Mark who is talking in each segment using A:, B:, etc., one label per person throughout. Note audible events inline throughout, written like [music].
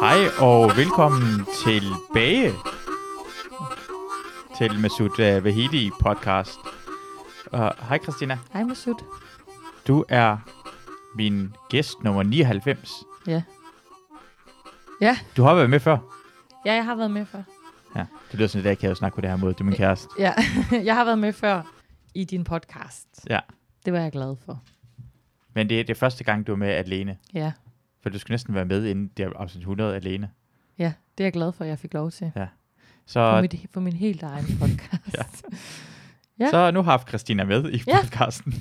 A: Hej og velkommen tilbage til Masud øh, Vahidi podcast. Og Hej Christina,
B: Hej, Masud.
A: du er min gæst nummer 99.
B: Ja. Ja.
A: Du har været med før.
B: Ja, jeg har været med før.
A: Ja, det lyder sådan, at jeg kan jo snakke på det her måde. Det er min kæreste.
B: Ja, [laughs] jeg har været med før i din podcast.
A: Ja.
B: Det var jeg glad for.
A: Men det er, det er første gang, du er med alene.
B: Ja,
A: For du skulle næsten være med inden det er afsnit 100 alene.
B: ja det er jeg glad for, at jeg fik lov til. For,
A: Så,
B: mit, for min helt
A: [laughs]
B: egen podcast. ja.
A: så nu har jeg haft Christina med i
B: Ja.
A: podcasten.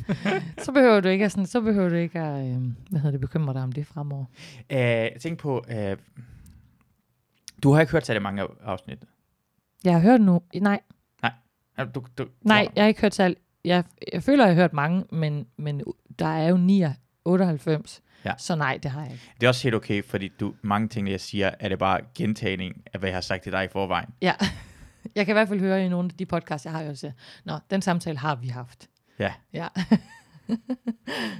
B: så behøver du ikke at, sådan, så behøver du ikke at øhm, hvad hedder det, bekymre dig om det fremover.
A: Æh, tænk på, øh, du har ikke hørt særlig mange af- afsnit.
B: Jeg har hørt nu... Nej,
A: Ja, Du, du,
B: nej,
A: Du,
B: jeg har ikke hørt tal. Jeg, jeg føler, jeg har hørt mange, men, men der er jo 9, 98.
A: Ja.
B: Så nej, det har jeg ikke.
A: det er også helt okay, fordi du, mange ting, jeg siger, er det bare gentagning af, hvad jeg har sagt til dig i forvejen.
B: Ja. Jeg kan i hvert fald høre i nogle af de podcasts, jeg har hørt, siger, Nå, den samtale har vi haft.
A: Ja.
B: Ja. [laughs]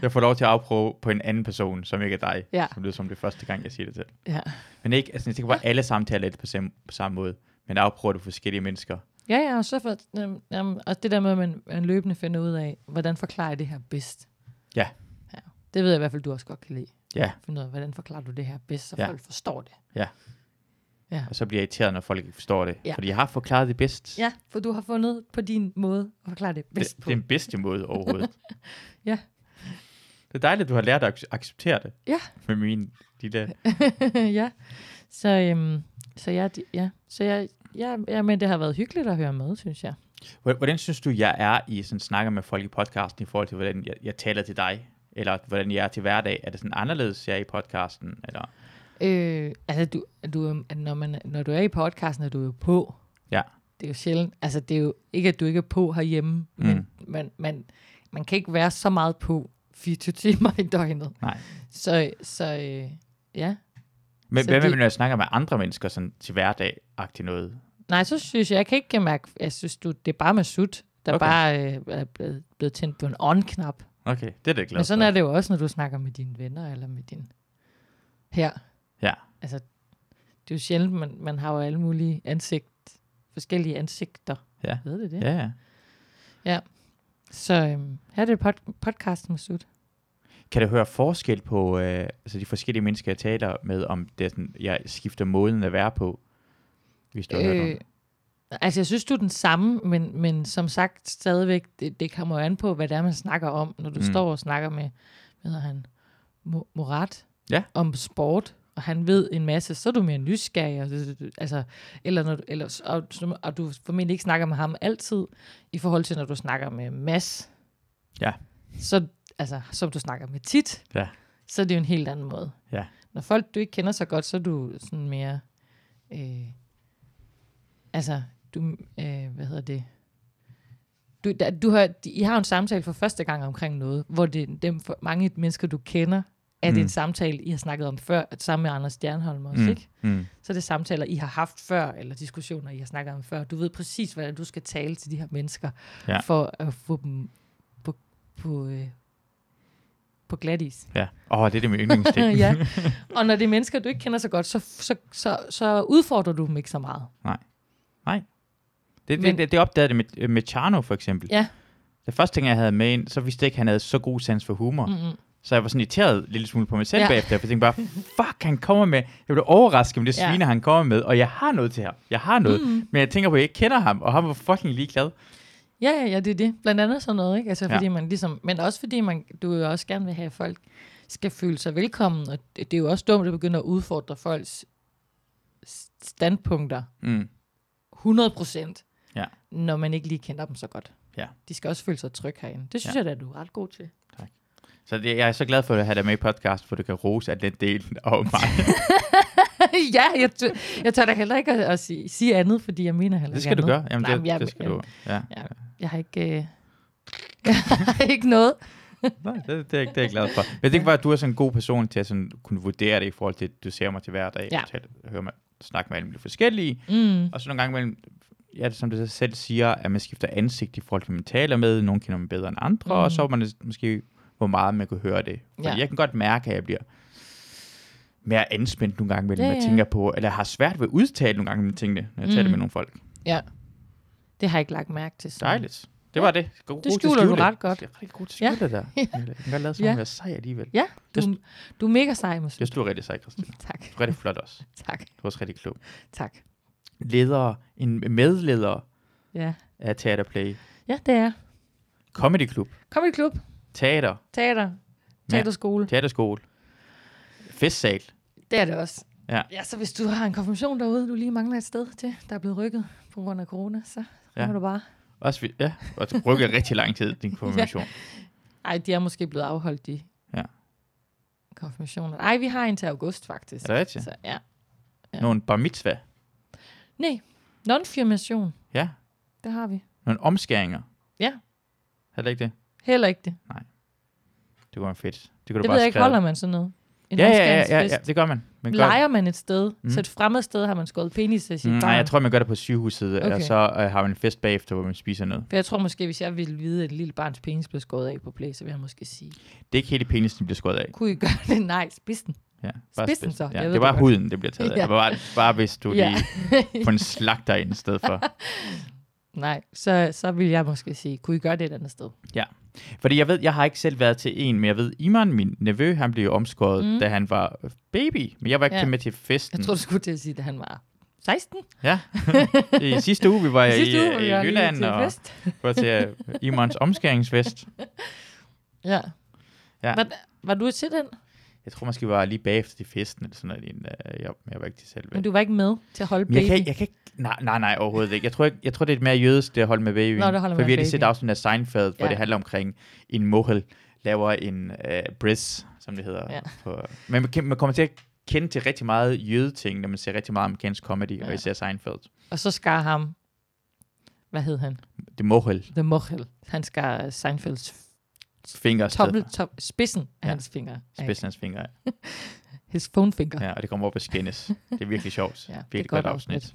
A: Jeg får lov til at afprøve på en anden person, som ikke er dig,
B: Ja.
A: som lyder som det første gang, jeg siger det til.
B: Ja.
A: Men ikke, altså, jeg tænker bare, alle samtaler er lidt på samme, på samme måde, men afprøver du forskellige mennesker.
B: Ja, ja, og så for, øhm, øhm, og det der med, at man, man løbende finder ud af, hvordan forklarer jeg det her bedst?
A: Ja.
B: ja. Det ved jeg i hvert fald, du også godt kan lide.
A: Ja.
B: Finde ud af, hvordan forklarer du det her bedst, så
A: Ja.
B: ja. folk forstår det.
A: Og så bliver jeg irriteret, når folk ikke forstår det.
B: Ja.
A: Fordi jeg har forklaret det bedst.
B: Ja, for du har fundet på din måde at forklare det
A: det,
B: bedst det,
A: det
B: på.
A: er den bedste måde overhovedet.
B: [laughs] Ja.
A: Det er dejligt, at du har lært at ac- acceptere det.
B: Ja.
A: Med min lille...
B: [laughs] ja. Så, øhm, så, jeg, ja. så jeg, ja, ja, men det har været hyggeligt at høre med, synes jeg.
A: Hvor- Hvordan synes du, jeg er i sådan snakker med folk i podcasten i forhold til, hvordan jeg, jeg taler til dig? Eller hvordan jeg er til hverdag? Er det sådan anderledes, jeg er i podcasten? Eller?
B: Øh, altså, du, du, er- når, man, når du er i podcasten, er du jo på.
A: Ja.
B: Det er jo sjældent. Altså, det er jo ikke, at du ikke er på herhjemme, mm. men man, man, man kan ikke være så meget på 24 [laughs] timer i døgnet.
A: Nej.
B: Så, så øh, ja.
A: Men
B: Så
A: hvad med,
B: det-
A: når jeg snakker med andre mennesker sådan til hverdag-agtigt noget?
B: Nej, så synes jeg, jeg kan ikke mærke, jeg synes, du, det er bare med sut, der
A: Okay.
B: okay. bare øh, er blevet, blevet tændt på en on-knap.
A: Okay, det er det glad
B: Men sådan
A: for.
B: er det jo også, når du snakker med dine venner, eller med din her.
A: Ja.
B: Altså, det er jo sjældent, man, man har jo alle mulige ansigt, forskellige ansigter.
A: Ja.
B: Ved det det?
A: Ja, ja.
B: Så øhm, her er det pod- podcasten med sut.
A: Kan du høre forskel på øh, altså de forskellige mennesker, jeg taler med, om det er sådan, jeg skifter måden at være på? Hvis du øh, har hørt om.
B: Øh,
A: det?
B: altså, jeg synes, du er den samme, men, men som sagt, stadigvæk, det, det kommer jo an på, hvad det er, man snakker om, når du
A: Mm.
B: mm. står og snakker med, hvad hedder han, Mo- Morat,
A: Ja.
B: om sport, og han ved en masse, så er du mere nysgerrig, og, det- det- altså, eller når, du- eller, og, og du formentlig ikke snakker med ham altid, i forhold til, når du snakker med Mads.
A: Ja.
B: Så, altså, som du snakker med tit,
A: Ja.
B: så er det jo en helt anden måde.
A: Ja.
B: Når folk, du ikke kender så godt, så er du sådan mere... Øh, altså, du, øh, hvad hedder det? Du, der, du har, de- I har jo en samtale for første gang omkring noget, hvor det dem for, mange mennesker, du kender, er det
A: Mm.
B: en samtale, I har snakket om før, sammen med Anders Stjernholm også,
A: Mm.
B: mm. ikke?
A: Mm.
B: Så er det samtaler, I har haft før, eller diskussioner, I har snakket om før. Du ved præcis, hvordan du skal tale til de her mennesker,
A: Ja.
B: for at få dem på, på, øh, på glat is.
A: Ja. Åh, oh, det er det med
B: [laughs]
A: yndlingsting.
B: ja. Og når det er mennesker, du ikke kender så godt, så, så, så, så udfordrer du dem ikke så meget.
A: Det, det,
B: Men-
A: det, det opdagede det med, med Charno for eksempel.
B: Ja.
A: Det første ting, jeg havde med ind, så vidste jeg ikke, at han havde så god sans for humor. Mm.
B: Mm-mm.
A: Så jeg var sådan irriteret en lille smule på mig selv ja.
B: Ja.
A: bagefter, for jeg tænkte bare, fuck, han kommer med. Jeg blev overrasket med det
B: Ja.
A: svine, ja. han kommer med, og jeg har noget til ham. Jeg har noget. Mm. Men jeg tænker på, at jeg ikke kender ham, og han var fucking ligeglad.
B: Ja, ja, ja, det er det. Blandt andet sådan noget, ikke? Altså,
A: Ja.
B: fordi man ligesom, men også fordi man, du jo også gerne vil have, at folk skal føle sig velkommen, og det, det er jo også dumt at begynde at udfordre folks s- standpunkter
A: Mm.
B: 100 procent,
A: Ja.
B: når man ikke lige kender dem så godt.
A: Ja.
B: De skal også føle sig trygge herinde. Det synes
A: Ja.
B: ja. jeg da, du er ret god til. [laughs]
A: Så det, jeg er så glad for at have dig med i podcast, for du kan rose af den del [laughs] og mig.
B: ja, jeg, tør- jeg tør da heller ikke at, at sige, sige andet, fordi jeg mener heller
A: Det
B: ikke
A: skal du
B: andet.
A: gøre. Jamen,
B: Nej,
A: det,
B: men jeg-
A: det skal du. Ja.
B: Jeg har ikke... Øh, jeg har [laughs] ikke noget.
A: Nej, det, det, er, det er jeg glad for. Jeg tænker bare, at du er sådan en god person til at sådan kunne vurdere det i forhold til, at du ser mig til hverdag,
B: Ja.
A: og til at høre mig snakke med alle mulige forskellige,
B: Mm.
A: Og så nogle gange imellem, ja, som du selv siger, at man skifter ansigt i forhold til, hvem man taler med. Nogle kender man bedre end andre, mm. og så er man måske, hvor meget man kunne høre det. Fordi ja.
B: Mhm. Ja.
A: jeg kan godt mærke, at jeg bliver mere anspændt nogle gange, mellem,
B: Ja,
A: ja, ja. jeg
B: ja.
A: tænker på, eller har svært ved at udtale nogle gange mine tingene, når jeg mm. taler
B: Mm.
A: med nogle folk.
B: Det har jeg ikke lagt mærke til. sådan.
A: Dejligt. Det var det. God, god til at
B: skjuler du
A: skjule.
B: ret godt.
A: Jeg er rigtig god til
B: Ja.
A: at skjule
B: [laughs]
A: det der. Jeg kan godt lade som
B: Ja.
A: om, jeg er sej alligevel.
B: Ja, du, du er mega sej, Mads.
A: Jeg synes, du er rigtig sej, Christina.
B: Tak,
A: Du er rigtig flot også.
B: tak,
A: Du er også rigtig klog.
B: tak.
A: Leder, en medleder
B: Ja,
A: af Teaterplay.
B: ja det er.
A: Comedy Club.
B: Kom i klub,
A: Teater.
B: teater,
A: Ja.
B: teaterskole.
A: Teaterskole. Festsal.
B: Det er det også.
A: Ja.
B: ja, så hvis du har en konfirmation derude, du lige mangler et sted til, der er blevet rykket på grund af corona, så
A: Ja.
B: ja. du bare.
A: Også, vi- ja, og det rykker rigtig lang tid,
B: [laughs]
A: din konfirmation.
B: Ej, de er måske blevet afholdt, de
A: Ja.
B: konfirmationer. Ej, vi har en til august, faktisk.
A: Er det rigtigt?
B: Så, ja.
A: Ja. Nogle bar mitzvah.
B: Nej, non-firmation,
A: Ja.
B: det har vi.
A: Nogle omskæringer.
B: Ja.
A: Er det ikke det?
B: Heller ikke det.
A: Det var fedt. Det kunne du
B: Det
A: bare
B: ved jeg ikke,
A: skrive.
B: holder man sådan noget. En
A: ja, ja, ja, ja,
B: omskæringsfest.
A: ja, det gør man. man gør,
B: Leger man et sted,
A: Mm.
B: mm. så et fremmed sted har man skåret penis af sit
A: Mm,
B: mm, barn.
A: nej, jeg tror, man gør det på sygehuset, okay.
B: Okay.
A: og så øh, har man en fest bagefter, hvor man spiser noget.
B: For jeg tror måske, hvis jeg ville vide, at et lille barns penis blev skåret af på play, så ville jeg måske sige,
A: Det er ikke hele penisen, der bliver skåret af.
B: kunne I gøre det? [laughs] Nej, spids den.
A: Ja,
B: Spidsen så, jeg
A: Ja,
B: ved
A: det
B: det
A: var
B: godt.
A: huden, det bliver taget af.
B: Ja.
A: Det var bare, bare hvis du
B: Ja.
A: lige får en slagter ind i stedet
B: [laughs]
A: for.
B: Nej, så, så ville jeg måske sige, kunne I gøre det et andet sted?
A: Fordi jeg ved, jeg har ikke selv været til en, men jeg ved, Iman, min nevø, han blev jo omskåret, mm.
B: Mm.
A: da han var baby. Men jeg var ikke
B: Ja.
A: ja. med til festen.
B: Jeg tror, du skulle til at sige, at han
A: [laughs]
B: var 16.
A: Ja, i sidste uge,
B: [laughs]
A: vi var i,
B: sidste uge,
A: i,
B: vi var
A: i
B: lige
A: Jylland,
B: til
A: og
B: fest.
A: var til øh,
B: [laughs]
A: Imans omskæringsfest.
B: Ja.
A: Ja.
B: Var, var du til den?
A: Jeg tror måske, vi var lige bagefter til festen, eller sådan noget. lignende. Øh, Jeg, jeg var ikke til selv.
B: Men du var ikke med til at holde
A: Men jeg
B: baby?
A: kan, ikke- jeg kan ikke, nej, nej, nej, overhovedet ikke. Jeg tror, jeg, jeg tror det er et mere jødisk, det at holde med babyen.
B: Nå, det holder
A: For
B: med
A: vi har lige
B: babyen.
A: set afsnit af Seinfeld, hvor
B: Ja.
A: det handler omkring en mohel laver en øh, bris, som det hedder. Ja.
B: Ja.
A: På, men man, kan- man kommer til at kende til rigtig meget jødeting, når man ser rigtig meget amerikansk comedy, ja. og
B: Ja.
A: især Seinfeld.
B: Og så skar ham, hvad hed han?
A: Det mohel
B: The Mochel. Han skar Seinfelds
A: finger, i stedet
B: tommel, top, spidsen af
A: Ja.
B: ja. hans finger.
A: for.
B: af.
A: Spidsen af hans finger.
B: His phone finger.
A: Ja, og det kommer op og skændes. Det er virkelig sjovt.
B: [laughs] Ja, det er
A: virkelig
B: godt afsnit.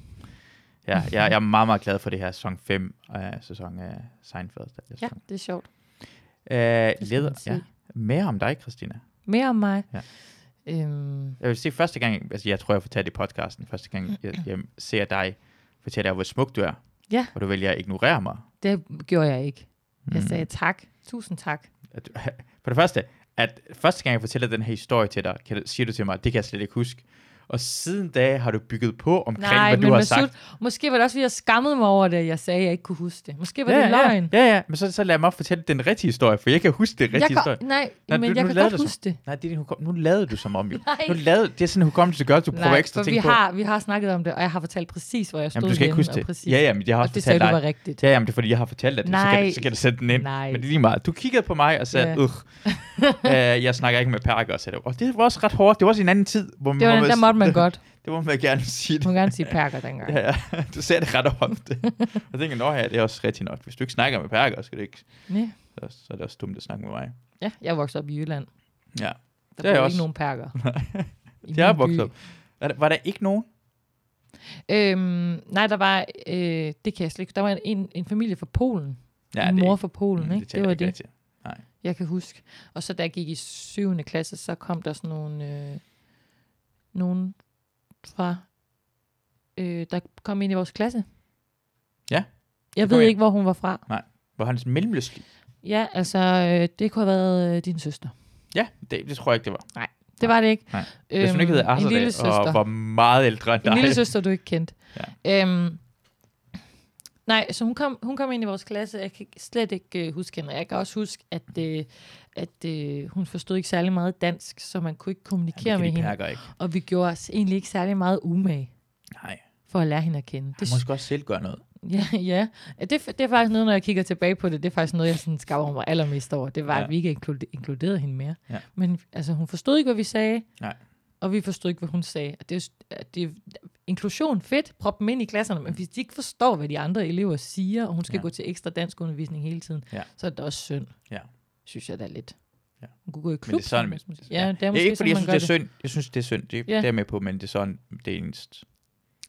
A: Ja, jeg, jeg er meget, meget glad for det her sæson 5 øh, sæson af Seinfeld. Den her
B: ja
A: sæson.
B: det er sjovt.
A: Øh,
B: Det skal
A: leder,
B: man sige.
A: ja. Mere om dig, Christina.
B: Mere om mig.
A: Ja.
B: Øhm,
A: Jeg vil se første gang, altså jeg tror, jeg fortalte det i podcasten, første gang jeg, jeg ser dig, fortæller jeg, hvor smuk du er.
B: Ja.
A: Og du vælger at ignorere mig.
B: det gjorde jeg ikke. Jeg
A: Mm.
B: sagde tak. Tusind tak.
A: At, for det første, at første gang jeg fortæller den her historie til dig, kan, du- siger du til mig, det kan jeg slet ikke huske. Og siden da har du bygget på omkring,
B: Nej,
A: hvad
B: men
A: du har
B: Masud,
A: sagt.
B: måske var det også, fordi jeg skammede mig over det, at jeg sagde, at jeg ikke kunne huske det. Måske var
A: ja,
B: det løgn.
A: Ja, ja, ja, men så, så lad mig fortælle den rigtige historie, for jeg kan huske den rigtige
B: jeg
A: historie.
B: kan, nej,
A: Nej,
B: men
A: du-
B: jeg
A: nu
B: kan
A: lavede
B: godt
A: du så.
B: huske det.
A: Nej, det er din hukom- nu lavede du som om jo.
B: Nej.
A: Nu lavede, det er sådan en hukommelse, der gør, at du prøver
B: Nej,
A: ekstra
B: for
A: ting
B: vi
A: på.
B: har, vi har snakket om det, og jeg har fortalt præcis, hvor jeg stod
A: Jamen, du skal ikke
B: henne,
A: huske
B: og
A: det.
B: præcis.
A: Ja, ja, men jeg har
B: og
A: også
B: det sagde
A: fortalt
B: du
A: dig.
B: var rigtigt.
A: Ja, jamen, det er fordi, jeg har fortalt dig det, så, kan,
B: Nej.
A: det- så kan du sætte den ind.
B: Nej.
A: Men det er lige meget. Du kiggede på mig og sagde,
B: Ja.
A: yeah. øh, jeg snakker ikke med perker og sætter Og det var også ret hårdt. Det var også en anden tid. Hvor
B: Det var,
A: man,
B: den-
A: [laughs]
B: der måtte man godt.
A: Det må man gerne sige
B: Man
A: det.
B: må gerne sige perker dengang.
A: [laughs] Ja, ja. Du ser det ret
B: [laughs]
A: ofte. jeg tænker, nå ja, det er også rigtig nok. Hvis du ikke snakker med perker, så er det, ikke,
B: Ja.
A: så- så er det også dumt at snakke med mig.
B: ja, jeg voksede op i Jylland.
A: Ja. er
B: Der
A: jeg
B: blev
A: også.
B: ikke nogen
A: [laughs]
B: perker. I
A: Det er
B: min by.
A: vokset op. Er der- Var der ikke nogen?
B: Øhm, nej, der var, øh, det kan jeg slet ikke, der var en, en familie fra Polen. Ja, en
A: det er
B: mor
A: ikke-
B: fra Polen,
A: mm,
B: ikke?
A: tæller
B: Det var
A: ikke
B: det.
A: rigtigt.
B: Jeg kan huske. Og så da jeg gik i 7. klasse, så kom der sådan nogle, øh, nogen fra, øh, der kom ind i vores klasse.
A: Ja,
B: Jeg
A: der kom
B: ved
A: en.
B: ikke, hvor hun var fra.
A: Hvor hans mellemløslig.
B: Ja, altså, øh, det kunne have været øh, din søster.
A: Ja, det, det, tror jeg ikke, det var.
B: Det var det ikke.
A: Nej. Hvis hun ikke
B: Øhm,
A: hedder
B: en lille
A: Arsadal,
B: søster.
A: og var meget ældre end dig.
B: En lille søster, du ikke kendte. Ja. Øhm, nej, så hun kom, hun kom ind i vores klasse. Jeg kan slet ikke øh, huske hende. og Jeg kan også huske, at, øh, at øh, hun forstod ikke særlig meget dansk, så man kunne ikke kommunikere
A: Jamen,
B: med
A: det kan de
B: hende.
A: perker ikke.
B: Og vi gjorde os egentlig ikke særlig meget umage
A: Nej,
B: for at lære hende at kende.
A: han
B: Det,
A: må sgu også selv gøre noget.
B: ja, ja. Ja, Det, det er faktisk noget, når jeg kigger tilbage på det, det er faktisk noget, jeg sådan skammer mig allermest over. Det var,
A: Ja.
B: ja. at vi ikke inklude- inkluderede hende mere.
A: Ja.
B: Men altså, hun forstod ikke, hvad vi sagde.
A: Nej.
B: Og vi forstod ikke, hvad hun sagde. Og Det, er jo- at det, er- inklusion, fedt, prop dem ind i klasserne, men hvis de ikke forstår, hvad de andre elever siger, og hun skal
A: Mm. Ja.
B: ja. gå til ekstra danskundervisning hele tiden,
A: Ja.
B: så er det også synd.
A: Ja.
B: Synes jeg da lidt.
A: Ja.
B: Hun kunne gå i klub.
A: Men det er sådan,
B: hvis man-
A: ja.
B: ja, det er
A: Ja,
B: måske
A: ikke fordi jeg
B: sådan,
A: synes, det
B: man gør
A: er synd. Jeg synes, det er synd. Det,
B: Ja.
A: det er jeg med på, men det er sådan, det er enest.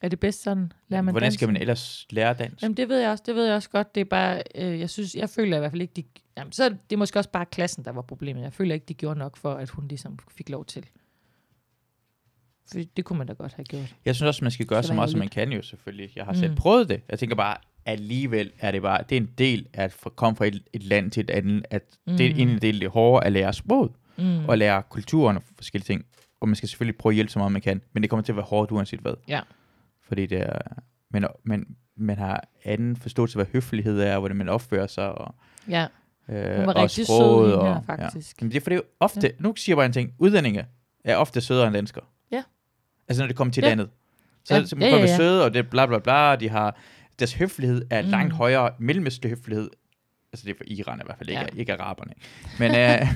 B: Er det bedst sådan? Lærer man
A: Hvordan
B: danse?
A: skal man ellers lære dans?
B: Jamen, det ved jeg også, det ved jeg også godt. Det er bare, øh, jeg synes, jeg føler i hvert fald ikke, de, jamen, så er det er måske også bare klassen, der var problemet. Jeg føler ikke, de gjorde nok for, at hun ligesom fik lov til For det kunne man da godt have gjort.
A: Jeg synes også, man skal gøre
B: Skal
A: så
B: være
A: meget, som man kan jo selvfølgelig. Jeg har selv
B: Mm.
A: prøvet det. Jeg tænker bare, alligevel er det bare, det er en del at fra- komme fra et, et land til et andet, at mm. det er en del af det hårde at lære sproget,
B: Mm.
A: mm. og lære kulturen og forskellige ting. Og man skal selvfølgelig prøve at hjælpe så meget, man kan, men det kommer til at være hårdt uanset hvad.
B: Ja.
A: Fordi det er, men, men man har anden forståelse af, hvad høflighed er, og hvordan man opfører sig, og,
B: Ja,
A: øh,
B: hun var
A: og
B: rigtig sød,
A: sproget.
B: hende
A: Og,
B: her,
A: ja.
B: faktisk.
A: Jamen det er for det er jo ofte, ja. nu siger jeg bare en ting, udlændinge er ofte sødere end danskere.
B: Ja.
A: Altså når det kommer til
B: Ja.
A: landet. Så,
B: Ja,
A: så
B: ja,
A: man kommer
B: ja, ja.
A: søde, og det er bla bla bla, og de har, deres høflighed er mm.
B: Mm.
A: langt højere, mellemøstlig høflighed, altså det er for Iran i hvert fald, ikke,
B: Ja.
A: ikke araberne. Men,
B: [laughs]
A: øh,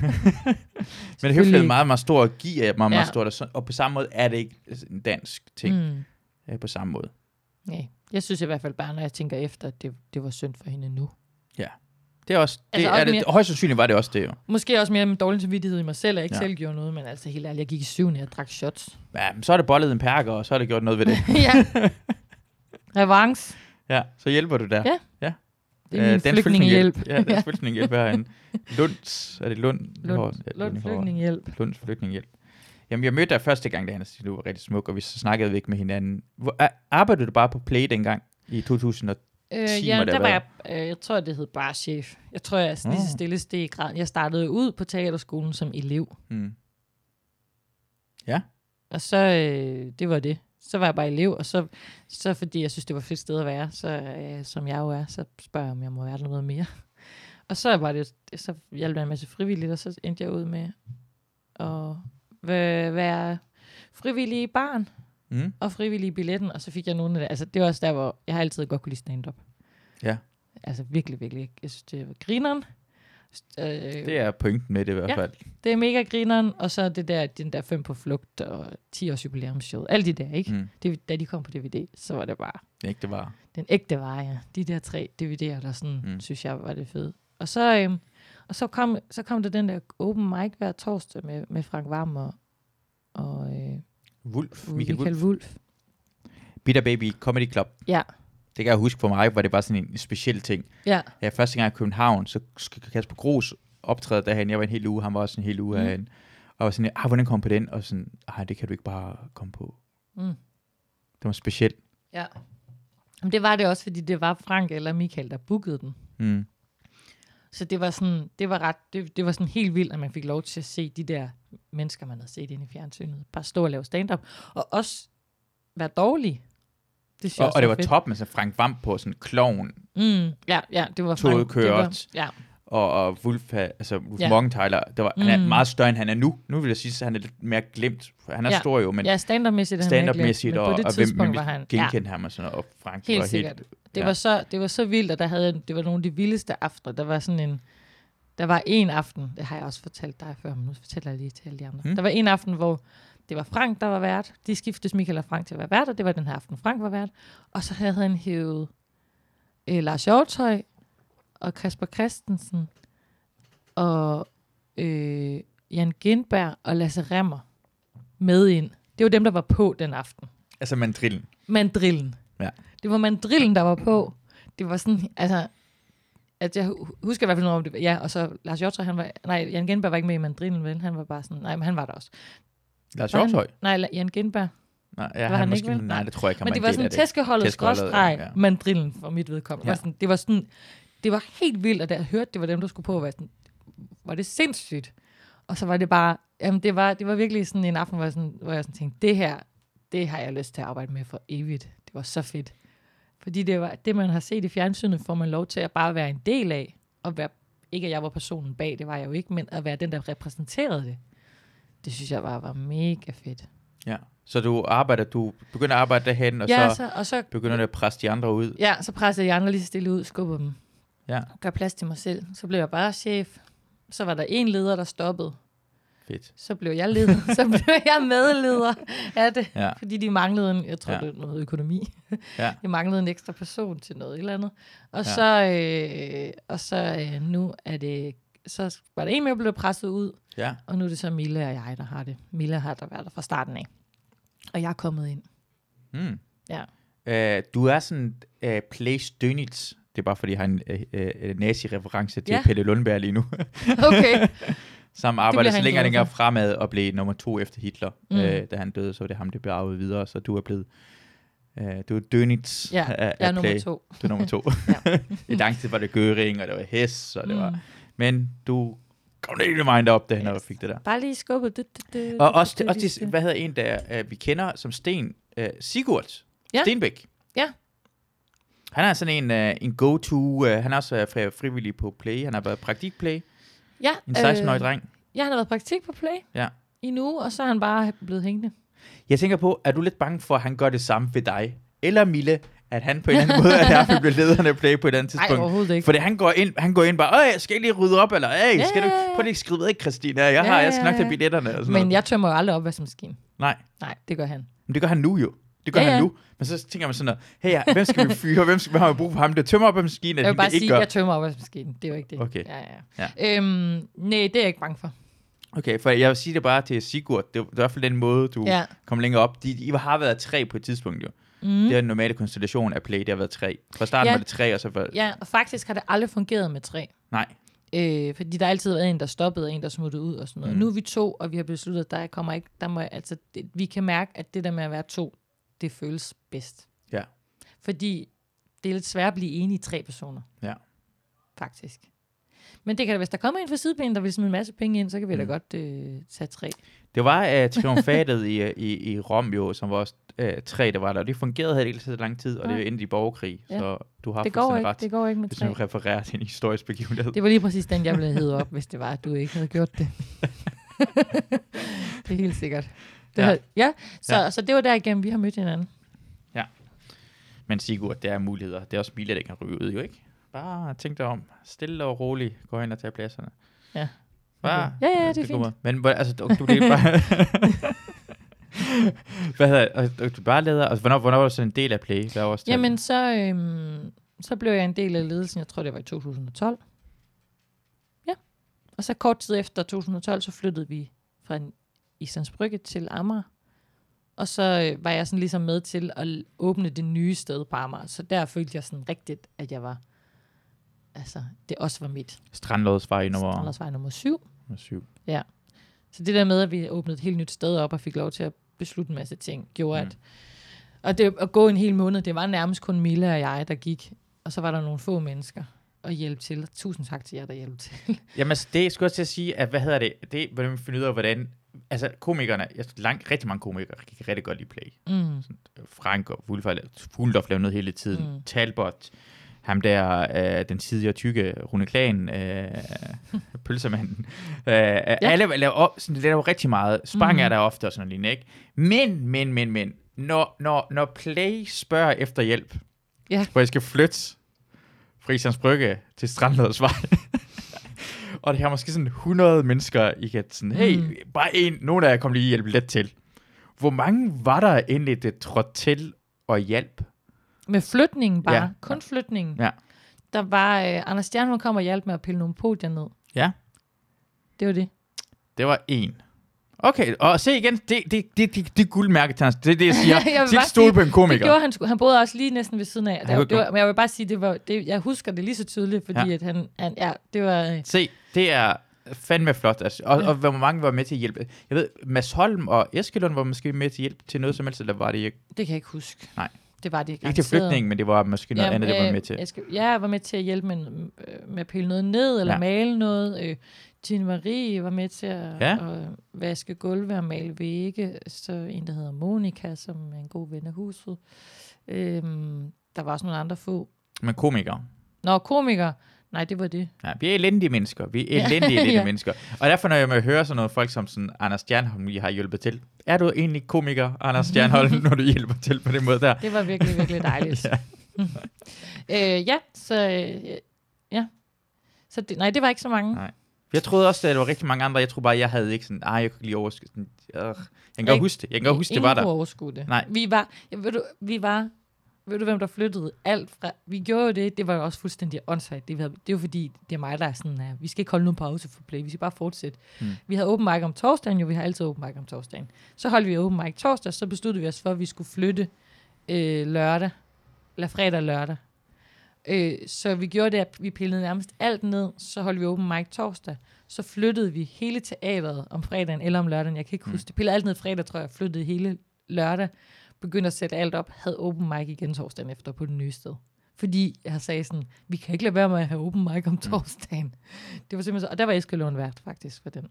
A: men høflighed er meget, meget stor, og gi er meget, meget
B: Ja.
A: stort, og, så, og på samme måde er det ikke en dansk ting,
B: Mm.
A: mm. på samme måde.
B: Nej. Jeg synes i hvert fald bare, når jeg tænker efter, at det, det var synd for hende nu.
A: Det er også, det
B: Altså,
A: altså,
B: også
A: er det,
B: mere-
A: højst sandsynligt var det også det jo.
B: Måske også mere med dårlig samvittighed i mig selv, at jeg ikke
A: Ja.
B: ja. selv gjorde noget, men altså helt ærligt, jeg gik i syvende, jeg drak shots.
A: Ja, men så er det bollet en perker, og så er det gjort noget ved det.
B: [laughs]
A: [laughs]
B: ja. Revanche.
A: Ja, så hjælper du der.
B: Ja.
A: ja.
B: Det
A: Øh,
B: er min flygtningehjælp.
A: Ja,
B: [laughs]
A: dansk flygtningehjælp herinde. Lunds, er det Lund? Hvor-
B: Lund,
A: ja,
B: Lund
A: hvor-
B: flygtningehjælp.
A: Lunds flygtningehjælp. Jamen, jeg mødte dig første gang, da han du var rigtig smuk, og vi så snakkede vi ikke med hinanden. Hvor, a- arbejdede du bare på Play dengang i 2000? og-
B: Øh,
A: timer,
B: ja,
A: det
B: der
A: har
B: var jeg, øh, jeg tror, det hed bare chef. Jeg tror, jeg lige så
A: Mm.
B: stille steg i graden. Jeg startede ud på teaterskolen som elev,
A: Mm.
B: og så, øh, det var det. Så var jeg bare elev, og så, så fordi jeg synes, det var et fedt sted at være, så, øh, som jeg jo er, så spørger jeg, om jeg må være der noget mere. [laughs] Og så var det, så hjalp jeg en masse frivilligt, og så endte jeg ud med at væ- være frivillig i barn
A: Mm.
B: og frivillig i billetten, og så fik jeg nogle af det. Altså, det var også der, hvor jeg har altid godt kunne lide stand-up.
A: Ja.
B: Altså virkelig, virkelig. Jeg synes, det var grineren. Øh,
A: Det
B: det, er.
A: er pointen med det i hvert
B: Ja.
A: fald.
B: det er mega grineren, og så det der, den der fem på flugt og 10 års jubilæumsshow. Alt de der, ikke? Mm.
A: Mm.
B: Det, da de kom på DVD, så var det bare
A: Ikke det var.
B: den ægte vare. Ja. De der tre DVD'er, der sådan,
A: Mm.
B: mm. synes jeg var det fede. Og så, øhm, og så, kom, så kom der den der open mic hver torsdag med, med Frank Varm og, og øh,
A: Wolf, Michael
B: Michael,
A: Wolf.
B: Wulff.
A: Bitter Baby Comedy Club.
B: Ja.
A: Det kan jeg huske for mig, var det bare sådan en speciel ting.
B: Ja,
A: Ja, første gang i København, så skulle Kasper Gros optræde derhen. Jeg var en hel uge, han var også en hel uge
B: Mm.
A: mm. herhen. Og var sådan, ah, hvordan kom på den? Og sådan, ah, det kan du ikke bare komme på.
B: Mm.
A: Det var specielt.
B: ja. Men det var det også, fordi det var Frank eller Michael, der bookede den.
A: Mm.
B: Så det var sådan, det var ret, det, det var sådan helt vildt, at man fik lov til at se de der mennesker, man havde set inde i fjernsynet, bare stå og lave stand-up, og også være dårlige. Det synes jeg
A: Og,
B: også
A: og, det var
B: fedt.
A: top med sådan Frank Vamp på, sådan klovn,
B: Mm, ja, ja, det var
A: Toget
B: Frank- det
A: kører
B: var-
A: også.
B: Ja,
A: og, og Wolf, ha- altså Wolf
B: Ja.
A: ja. Morgenthaler, det var, mm. han er
B: Mm.
A: meget større, end han er nu. Nu vil jeg sige, at han er lidt mere glemt. for Han er
B: Ja.
A: ja. stor jo, men ja,
B: ja stand-up-mæssigt, er han
A: stand-up-mæssigt,
B: virkelig-
A: og,
B: men på det
A: og hvem,
B: tidspunkt
A: hvem
B: var han, ja,
A: genkendte ja. ham og sådan noget, og Frank
B: Helt
A: var
B: sikkert.
A: helt...
B: det,
A: ja.
B: var så, det var så vildt, og der havde, jeg- det var nogle af de vildeste aftener, der var sådan en, der var en aften, det har jeg også fortalt dig før, men nu fortæller jeg lige til alle de andre.
A: Mm.
B: Mm. Der var en aften, hvor det var Frank, der var vært. De skiftes Michael og Frank til at være vært, og det var den her aften, Frank var vært. Og så havde han hævet øh, Lars Hjortøj og Kasper Christensen og øh, Jan Gindberg og Lasse Remmer med ind. Det var dem, der var på den aften.
A: Altså mandrillen.
B: Mandrillen.
A: Ja.
B: Det var mandrillen, der var på. Det var sådan, altså... At jeg hu- husker i hvert fald noget om det. Ja, og så Lars Hjortøj, han var... Nej, Jan Genberg var ikke med i mandrillen, vel? Han var bare sådan... Nej, men han var der også.
A: Lars
B: Var han-
A: Hjortøj?
B: Nej, La- Jan Genberg.
A: Nej, ja,
B: han
A: han,
B: ikke
A: han måske,
B: vel? Nej.
A: nej, det tror jeg ikke, han
B: Men det
A: en
B: var
A: del
B: sådan
A: af det.
B: tæskeholdet
A: Tæskeholdet,
B: skråstreg
A: ja, ja.
B: mandrillen for mit vedkommende.
A: Ja.
B: Ja. Sådan, det var sådan... Det var helt vildt, og da jeg hørte, det var dem, der skulle på, var jeg sådan, var det sindssygt. Og så var det bare... Jamen, det var, det var virkelig sådan en aften, hvor jeg, sådan, hvor jeg sådan tænkte, det her, det har jeg lyst til at arbejde med for evigt. Det var så fedt. Fordi det, var, det man har set i fjernsynet, får man lov til at bare være en del af. Og være, ikke at jeg var personen bag, det var jeg jo ikke, men at være den, der repræsenterede det. Det synes jeg bare var mega fedt.
A: Ja. Så du arbejder, du begynder at arbejde derhen, og
B: ja,
A: så,
B: så, og så,
A: begynder du at presse de andre ud.
B: ja, så pressede jeg andre lige så stille ud, skubber dem.
A: Ja.
B: Gør plads til mig selv. Så blev jeg bare chef. Så var der en leder, der stoppede.
A: Fedt.
B: Så blev jeg leder. [laughs] så blev jeg medleder af det.
A: Ja.
B: Fordi de manglede en, jeg tror
A: Ja.
B: ja. det var noget økonomi,
A: Ja.
B: de manglede en ekstra person til noget eller andet. Og
A: Ja.
B: ja. så, øh, og så øh, nu er det, så var der en mere, der blev presset ud,
A: Ja.
B: og nu er det så Mille og jeg, der har det. Mille har der været der fra starten af. Og jeg er kommet
A: [laughs]
B: ind.
A: Mm.
B: Ja.
A: Øh, du er sådan uh, Place Dönitz. Det er bare fordi, jeg har en uh, uh, øh, nazi-reference til
B: Ja.
A: [laughs] Pelle Lundberg lige nu.
B: Okay.
A: som arbejdede
B: han
A: så længere
B: glad
A: længere
B: for.
A: fremad og blev nummer to efter Hitler.
B: Mm.
A: Mm. Øh, da han døde, så var det ham, der blev arvet videre, så du er blevet... Øh, du er dønitz
B: Ja,
A: af,
B: Jeg
A: af
B: er nummer
A: Play.
B: to.
A: Du er nummer
B: [laughs]
A: to. [laughs] I lang tid var det Gøring, og det var Hess, og det var...
B: Mm.
A: Men du kom lidt mind op, da han
B: Yes.
A: fik det der.
C: Bare lige skubbet. Du, du, du,
A: Og også, det, også det, hvad hedder en, der øh, vi kender som Sten? Øh, Sigurd
B: Ja.
A: ja. Stenbæk.
B: Ja.
A: Han er sådan en, øh, en go-to. Øh, han er også øh, fri- frivillig på Play. Han har været praktikplay.
B: Ja,
A: En 16-årig
B: øh,
A: dreng.
B: Ja, han har været praktik på Play
A: Ja.
B: i en uge, og så er han bare blevet hængende.
A: Jeg tænker på, er du lidt bange for, at han gør det samme ved dig? Eller Mille, at han på en eller anden måde er derfor bliver lederen af Play på et andet
B: Nej,
A: tidspunkt?
B: overhovedet ikke.
A: Fordi han går ind, han går ind bare, Øj, skal jeg lige rydde op, eller Øj, skal
B: Ja,
A: du,
B: ja, ja.
A: prøv lige at skrive ved, Christina, jeg, har,
B: Ja,
A: jeg skal nok
B: ja,
A: tage
B: ja.
A: billetterne. Og sådan
B: Men
A: noget.
B: jeg tømmer jo aldrig opvaskemaskinen.
A: Nej.
B: Nej, det gør han.
A: Men det gør han nu jo. Det gør
B: Ja,
A: ja,
B: ja.
A: han nu. Men så tænker man sådan noget, hey, ja, hvem skal vi fyre? Hvem, skal, hvem har vi brug for ham? Det tømmer op af maskinen, at
B: Jeg
A: han
B: vil bare
A: det ikke
B: sige,
A: gør.
B: at jeg tømmer opvaskemaskinen. Det er jo ikke det.
A: Okay.
B: Ja, ja. ja. Øhm, nej, det er jeg ikke bange for.
A: Okay, for jeg vil sige det bare til Sigurd. Det var det var i hvert fald den måde, du
B: Ja.
A: ja. kom længere op. De, I har været tre på et tidspunkt jo. Mm. Det er den normale konstellation af play, det har været tre. Fra starten
B: Ja.
A: ja. var det tre, og så var... Ja.
B: Ja, og faktisk har det aldrig fungeret med tre.
A: Nej.
B: Øh, fordi der har altid været en, der stoppede, og en, der smuttede ud og sådan noget. Mm.
A: Mm.
B: Nu er vi to, og vi har besluttet, at der kommer ikke, der må, altså, det, vi kan mærke, at det der med at være to, det føles bedst.
A: Ja.
B: Fordi det er lidt svært at blive enige i tre personer.
A: Ja.
B: Faktisk. Men det kan da, hvis der kommer en fra sidebenen, der vil smide en masse penge ind, så kan vi mm. da godt øh, tage tre.
A: Det var uh, triumfatet i, øh, i, i Rom jo, som var også uh, tre, der var der. Og det fungerede her ikke så lang tid, og
B: Nej.
A: det endte i borgerkrig.
B: Ja.
A: Ja. Så du har
B: Det går,
A: fuldstændig
B: ikke,
A: ret,
B: det går ikke med
A: hvis
B: tre.
A: man refererer til en historisk begivenhed.
B: Det var lige præcis den, jeg blev hævet op, hvis det var, at du ikke havde
A: [laughs]
B: gjort det. det er helt sikkert. Det
A: Ja.
B: ja. ja, så, ja.
A: Ja.
B: så det var derigennem, vi har mødt hinanden.
A: Men Sigurd, der er muligheder. Det er også Mila, der kan ryge ud, jo ikke? Bare tænk dig om. Stille og roligt. Gå hen og tage pladserne.
B: Ja.
A: Bare,
B: Ja, ja, det er fint.
A: går bare. Men hvor- altså, du, du det er bare... [laughs] Hvad hedder og, og, du er bare leder. Altså, hvornår, hvornår var du så en del af Play? Hvad var også tallet?
B: Jamen, så, øhm, så blev jeg en del af ledelsen, jeg tror, det var i 2012. Ja. Og så kort tid efter 2012, så flyttede vi fra en- Islands Brygge til Amager. Og så øh, var jeg sådan ligesom med til at l- åbne det nye sted på Amager. Så der følte jeg sådan rigtigt, at jeg var... Altså, det også var mit.
A: Strandlodsvej nummer
B: Anders var nummer syv.
A: 7.
B: Så det der med, at vi åbnede et helt nyt sted op og fik lov til at beslutte en masse ting, gjorde mm.
A: Mm.
B: at... Og det at gå en hel måned, det var nærmest kun Mille og jeg, der gik. Og så var der nogle få mennesker at hjælpe til. Tusind tak til jer, der hjalp til.
A: Jamen, altså, det skulle jeg også til at sige, at hvad hedder det? Det er, hvordan man finder ud af, hvordan... Altså, komikerne, jeg, langt, rigtig mange komikere kan rigtig godt lide Play.
B: Mm.
A: Frank og Wulf- Fuldorf lavede noget hele tiden.
B: Mm.
A: Mm. Talbot, ham der, øh, den tidligere tykke Rune Klagen, øh, [laughs] pølsemanden. Øh, ja. Alle laver, op, sådan, det laver rigtig meget. Spang mm. er der ofte og sådan noget lignende, ikke? Men, men, men, men, når, når, når Play spørger efter hjælp,
B: Ja.
A: hvor jeg skal flytte fra Islands Brygge til Strandlødsvej,
B: [laughs]
A: og det her måske sådan 100 mennesker, I kan sådan, hey,
B: Mm.
A: mm. bare en, nogen af jer kom lige hjælpe lidt til. Hvor mange var der egentlig, det trådte til og hjælp?
B: Med flytningen bare. Ja.
A: Ja.
B: Kun flytningen.
A: Ja.
B: Der var... Øh, Anders Stjernholm kom og hjalp med at pille nogle podier ned.
A: Ja.
B: Det var det.
A: Det var en. Okay, og se igen, det, det, det, det, det er guldmærke til hans. Det er det, jeg siger.
B: [laughs] Jeg vil
A: jeg
B: bare
A: Tid
B: sige,
A: stole på en
B: Det
A: komiker.
B: gjorde han, sgu. han boede også lige næsten ved siden af.
A: Han
B: Der,
A: kunne
B: det var, men jeg vil bare sige, det var, det, jeg husker det lige så tydeligt, fordi ja.
A: Ja.
B: at han, han, ja, det var, øh,
A: Se, det er fandme flot. Altså. Og,
B: Ja.
A: ja. og hvor mange var med til at hjælpe? Jeg ved, Mads Holm og Eskelund var måske med til hjælp til noget som helst, eller var det ikke?
B: det kan jeg ikke huske.
A: Nej.
B: Det var det
A: Ikke til
B: garanteret.
A: flygtning, men det var måske noget andet, det var med til.
B: Jeg, skal, ja, jeg var med til at hjælpe med, øh, med at pille noget ned, eller ja.
A: Ja.
B: male noget. Øh, Tine Marie var med til at, ja.
A: Ja.
B: at vaske gulve og male vægge. Så en, der hedder Monika, som er en god ven af huset. Øhm, der var også nogle andre få.
A: Men komikere.
B: Nå, komiker. Nej, det var det.
A: Ja, vi er elendige mennesker. Vi er
B: [laughs]
A: elendige, elendige
B: Ja.
A: mennesker. Og derfor, når jeg må høre sådan noget folk som sådan, Anders Stjernholm, I har hjulpet til. Er du egentlig komiker,
B: [laughs]
A: Anders Stjernholm, når du hjælper til på den måde der?
B: Det var virkelig, virkelig
A: [laughs]
B: dejligt. ja. øh, ja, så... Øh, ja. Så det, nej, det var ikke så mange.
A: Nej. Jeg troede også, at der var rigtig mange andre. Jeg troede bare, jeg havde ikke sådan, ah, jeg kunne ikke lige overskue. Sådan, øh, jeg kan
B: Ikke-
A: godt huske det. Jeg kan godt huske, det var
B: Ingen kunne
A: der.
B: overskue det.
A: Nej.
B: Vi var, ja, ved du, vi var, ved du hvem der flyttede alt fra, vi gjorde jo det, det var jo også fuldstændig åndssvagt. Det, var, det er jo fordi, det er mig, der er sådan, ja, vi skal ikke holde nogen pause for play, vi skal bare fortsætte. Mm.
A: Mm.
B: Vi havde åben mic om torsdagen, jo vi har altid åben mic om torsdagen. Så holdt vi åben mic torsdag, så besluttede vi os for, at vi skulle flytte øh, lørdag, eller fredag og lørdag. Øh, så vi gjorde det, at vi pillede nærmest alt ned, så holdt vi åben mic torsdag, så flyttede vi hele teateret om fredagen eller om lørdagen, jeg kan ikke huske det, pillede alt ned fredag, tror jeg, flyttede hele lørdag, begyndte at sætte alt op, havde open mic igen torsdagen efter på det nye sted. Fordi jeg sagde sådan, vi kan ikke lade være med at have open mic om torsdagen. Det var simpelthen så, og der var Eske Lund vært faktisk for den.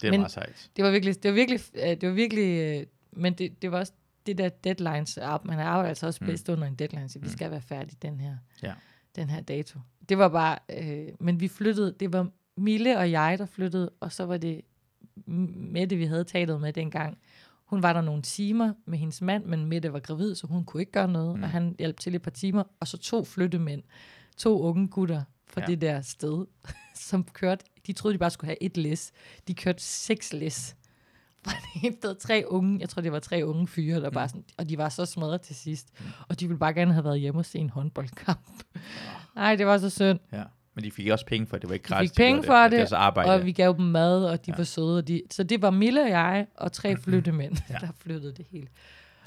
A: Det er
B: Men-
A: meget sejt.
B: Det var virkelig, det var virkelig, øh, det var virkelig, øh, men det, det var også det der deadlines, ah, man arbejder altså også
A: Mm.
B: bedst under en deadline, så vi
A: Mm.
B: skal være færdige den her,
A: Ja.
B: den her dato. Det var bare, øh, men vi flyttede, det var Mille og jeg, der flyttede, og så var det M- Mette, vi havde talt med dengang. Hun var der nogle timer med hendes mand, men Mette var gravid, så hun kunne ikke gøre noget, mm.
A: Mm.
B: og han hjalp til et par timer, og så to flyttemænd, to unge gutter fra ja.
A: Ja.
B: det der sted, [laughs] som kørte, de troede, de bare skulle have et læs. De kørte seks læs [laughs] fra det ene sted. Tre unge, jeg tror, det var tre unge fyre, der
A: Mm.
B: bare sådan, og de var så smadret til sidst. Og de ville bare gerne have været hjemme og se en
A: [laughs]
B: håndboldkamp. Nej, det var så synd.
A: Ja. Men de fik også penge for det. Det var ikke
B: De
A: gratis.
B: fik penge
A: gjorde
B: for det,
A: deres arbejde.
B: Og vi gav dem mad, og de
A: Ja. Mm-hmm.
B: var søde. Og de, så det var Mille og jeg, og tre flyttemænd, [laughs] der flyttede det hele.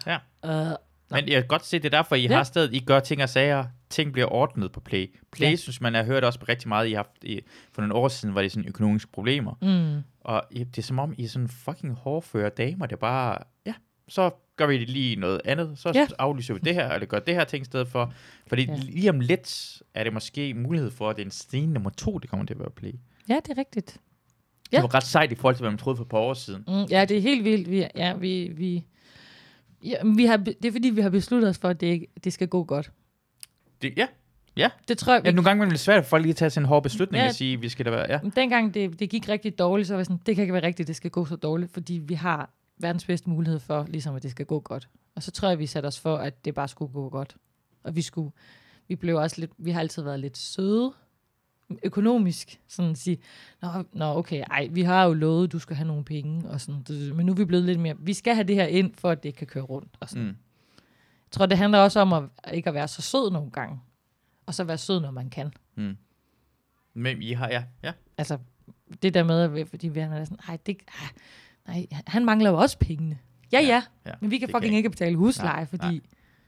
A: Ja.
B: Uh,
A: Men jeg kan godt se, det er derfor, I
B: Ja.
A: har stadig, I gør ting og sager. Ting bliver ordnet på Play. Play,
B: Ja.
A: ja. synes man, jeg har hørt også rigtig meget, I har haft, I, for nogle år siden var det sådan økonomiske problemer.
B: mm,
A: Og I, det er som om, I er sådan fucking hårdføre damer, der bare, ja, så gør vi lige noget andet, så
B: Ja.
A: ja. aflyser vi det her, eller gør det her ting i stedet for. Fordi
B: Ja.
A: ja. lige om lidt er det måske mulighed for, at det er en sten nummer to, det kommer til at være Play.
B: ja, det er rigtigt. Ja.
A: Ja. Det var ret sejt i forhold til, hvad man troede for et par år siden.
B: Mm, ja, det er helt vildt. Vi, ja, vi, vi, ja, vi har, be- det er fordi, vi har besluttet os for, at det, ikke- det skal gå godt.
A: Det, ja.
B: Det tror jeg, vi
A: ja, nogle gange er det lidt svært for folk lige at tage sådan en hård beslutning
B: Ja.
A: ja. og sige, vi skal da være, ja.
B: Men Dengang det, det gik rigtig dårligt, så var jeg sådan, det kan ikke være rigtigt, det skal gå så dårligt, fordi vi har verdens bedste mulighed for, ligesom at det skal gå godt. Og så tror jeg, vi satte os for, at det bare skulle gå godt. Og vi skulle, vi blev også lidt, vi har altid været lidt søde, økonomisk, sådan at sige, nå, nå okay, ej, vi har jo lovet, du skal have nogle penge, og sådan, "Det- det- men nu er vi blevet lidt mere, vi skal have det her ind, for at det kan køre rundt. Og sådan.
A: Mm.
B: Jeg tror, det handler også om at, ikke at være så sød nogle gange, og så være sød, når man kan.
A: Men I har, ja, ja.
B: altså, det der med, at fordi vi er sådan, nej, det, ah, nej, han mangler jo også pengene. Ja, ja,
A: Ja,
B: ja
A: ja,
B: men vi kan
A: det
B: fucking
A: kan-
B: ikke betale husleje,
A: Nej,
B: fordi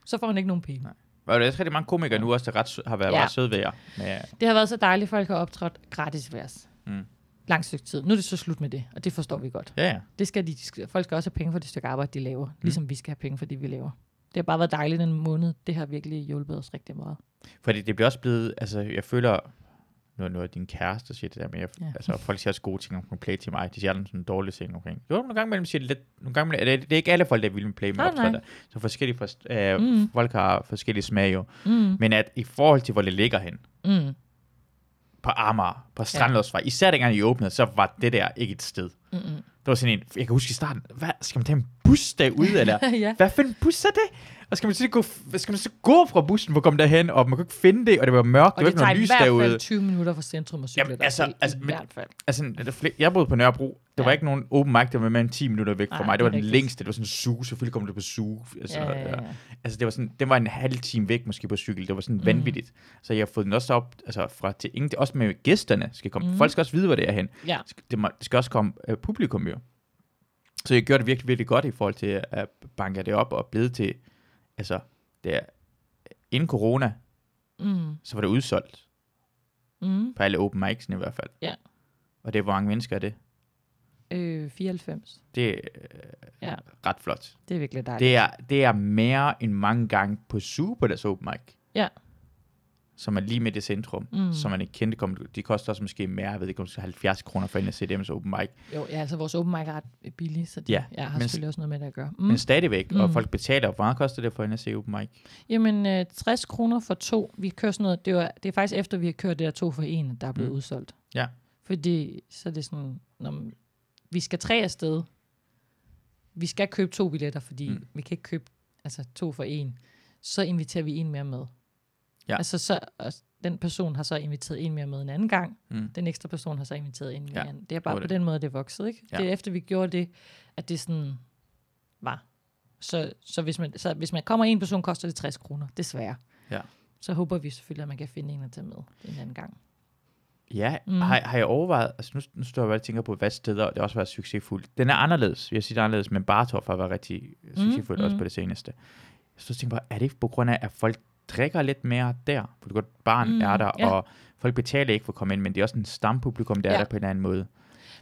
B: så får han ikke nogen penge. Nej.
A: Nej. Og der er også rigtig mange komikere nu også, der ret, sø- har været
B: Ja.
A: ja. ret søde ved jer. Men, ja.
B: Det har været så dejligt, at folk har optrådt gratis ved os.
A: Mm.
B: Lang stykke tid. Nu er det så slut med det, og det forstår vi godt.
A: ja, ja.
B: Det skal de, de skal, folk skal også have penge for det stykke arbejde, de laver, mm. ligesom vi skal have penge for det, vi laver. Det har bare været dejligt den måned. Det har virkelig hjulpet os rigtig meget.
A: Fordi det bliver også blevet, altså jeg føler, nu er nu er din kæreste, der siger det der, men jeg,
B: Ja.
A: ja. altså, folk siger også gode ting om play til mig. De siger aldrig sådan dårlige ting omkring. Jo, nogle gange imellem siger de lidt, nogle gange imellem, det, er- det er ikke alle folk, der vil med play, men
B: Nej, nej.
A: optræder. Så forskellige, for, øh,
B: Mm.
A: mm. folk har forskellige smag jo.
B: Mm.
A: Men at i forhold til, hvor det ligger hen,
B: Mm.
A: på Amager, på Strandlåsvej, ja. især dengang I åbnede, så var det der ikke et sted.
B: Mm-mm.
A: Det var sådan en, jeg kan huske i starten, hvad, skal man tage en bus derude, eller
B: [laughs] ja.
A: hvad for en bus er det? Og skal man så gå, skal man så gå fra bussen for at komme derhen, og man kunne ikke finde det, og det var mørkt,
B: Og
A: og det
B: det
A: var
B: tager
A: ikke
B: i
A: noget lys
B: hvert
A: derude.
B: fald 20 minutter fra centrum og cykle
A: Jamen,
B: dertil,
A: altså- altså,
B: i
A: men-
B: hvert fald.
A: Altså, der er flere- jeg boede på Nørrebro, der
B: Ja.
A: ja. var ikke nogen åben mic, der var mere end 10 minutter væk fra
B: Nej,
A: mig.
B: det
A: Det
B: er
A: var den
B: rigtigt.
A: længste, det var sådan en suge, selvfølgelig kom du på suge. Altså,
B: Ja, ja, Mm. ja.
A: altså det var sådan, det var en halv time væk måske på cykel, det var sådan vanvittigt. Så jeg har fået den også op, altså fra til ingen, også med gæsterne skal komme.
B: Mm.
A: Mm. Folk skal også vide, hvor det er hen.
B: ja.
A: det, må, det skal også komme øh, publikum jo. Så jeg gjorde det virkelig, virkelig godt i forhold til at banke det op og blive til, altså, det er, inden corona,
B: Mm.
A: så var det udsolgt
B: Mm.
A: på alle open mic'sene i hvert fald.
B: Ja.
A: Og det er, hvor mange mennesker er det.
B: Øh, 94.
A: Det er øh,
B: Ja.
A: ja. ret flot.
B: Det er virkelig dejligt.
A: Det er, det er mere end mange gange på Super, deres open mic.
B: Ja.
A: Som er lige midt i centrum,
B: Mm.
A: mm. som man ikke kendte. kom- De koster også måske mere, jeg ved ikke, om det er 70 kroner for en at se dem open mic.
B: Jo, ja, altså vores open mic er ret billig, så det ja,
A: Ja,
B: jeg har
A: men-
B: selvfølgelig også noget med det at gøre.
A: Mm.
B: Mm.
A: Men stadigvæk, mm. og
B: Mm.
A: folk betaler. Hvor meget koster det for en at se open mic?
B: Jamen, øh, 60 kroner for to. Vi kører sådan noget, det, var, det er faktisk efter, vi har kørt det der to for en, der er blevet mm.
A: Mm.
B: udsolgt.
A: Ja.
B: Fordi så er det sådan, når man, vi skal tre afsted. Vi skal købe to billetter, fordi mm.
A: Mm.
B: vi kan ikke købe altså, to for en. Så inviterer vi en mere med.
A: Ja.
B: Altså, så, og den person har så inviteret en mere med en anden gang.
A: Mm.
B: Den ekstra person har så inviteret en mere.
A: Ja,
B: Ja. Det er bare
A: det var
B: på
A: det.
B: den måde, det er vokset. Ikke?
A: Ja.
B: Det er efter, vi gjorde det, at det sådan var. Så, så, hvis man, så hvis man kommer en person, koster det 60 kroner, desværre.
A: Ja.
B: Så håber vi selvfølgelig, at man kan finde en at tage med en anden gang.
A: Ja,
B: Mm.
A: mm. har, har jeg overvejet, altså nu, nu står jeg bare og tænker på, hvad steder det har også været succesfuldt. Den er anderledes, jeg siger, den er anderledes, men Bartorf har været rigtig succesfuldt
B: Mm,
A: også
B: mm.
A: på det seneste. Jeg står og tænker bare, er det ikke på grund af, at folk drikker lidt mere der, for godt barn
B: Mm,
A: mm, er der,
B: ja.
A: ja. og folk betaler ikke for at komme ind, men det er også en stampublikum, der ja.
B: Ja.
A: er der på en eller anden måde.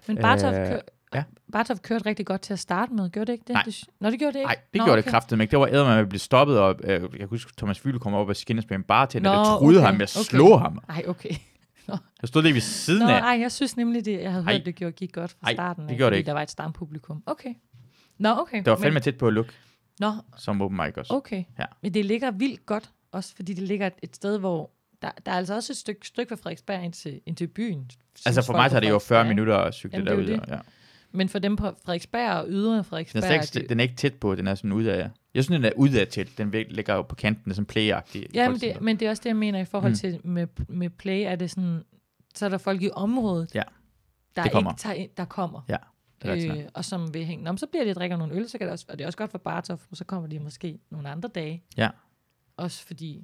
B: Men Bartov,
A: Øh,
B: kør, ja.
A: ja.
B: Bartov kørte rigtig godt til at starte med. Gjorde det ikke det?
A: Nej.
B: Du sy- Nå, det gjorde det ikke.
A: Nej, det
B: Nå,
A: Nå, gjorde okay.
B: okay.
A: det kraftedeme ikke. Det var æder med at blive stoppet, og øh, jeg kan huske, Thomas Fyld kom op og skinnes på en bartender,
B: Nå,
A: der truede
B: okay,
A: ham, jeg
B: okay.
A: slog ham.
B: Ej, okay.
A: Jeg stod lige ved siden
B: Nå,
A: af.
B: nej, jeg synes nemlig, det, jeg havde
A: Ej.
B: hørt, det gjorde, gik godt fra
A: Ej,
B: starten.
A: det
B: af,
A: gjorde det
B: fordi
A: ikke.
B: der var et stampublikum. Okay. Nå, okay.
A: Det var fandme tæt på at lukke,
B: Nå,
A: som open mic også.
B: okay.
A: Ja.
B: Men det ligger vildt godt, også fordi det ligger et sted, hvor... Der, der er altså også et stykke, stykke fra Frederiksberg ind til, ind til byen.
A: Altså
B: synes
A: for
B: folk
A: mig
B: på
A: tager det jo 40
B: Frederiksberg, ikke?
A: minutter at cykle
B: Jamen, det er jo
A: derud.
B: det.
A: Ja.
B: Men for dem på Frederiksberg og ydre
A: Den,
B: Frederiksberg...
A: er slet ikke,
B: det-
A: den er ikke tæt på, den er sådan ud af... Jeg synes, den er ud af tæt. Den væg- ligger jo på kanten, sådan playagtig. i
B: Ja, men det,
A: Folkecenter.
B: men det er også det, jeg mener i forhold
A: Mm.
B: til med, med play, er det sådan, så er der folk i området,
A: Ja.
B: der,
A: Det kommer.
B: Ikke tager ind, der kommer,
A: Ja, det er rigtigt nok.
B: øh, og som vil hænge. Nå, men så bliver de og drikker nogle øl, så kan det også, og det er også godt for Bartof, for så kommer de måske nogle andre dage.
A: Ja.
B: Også fordi,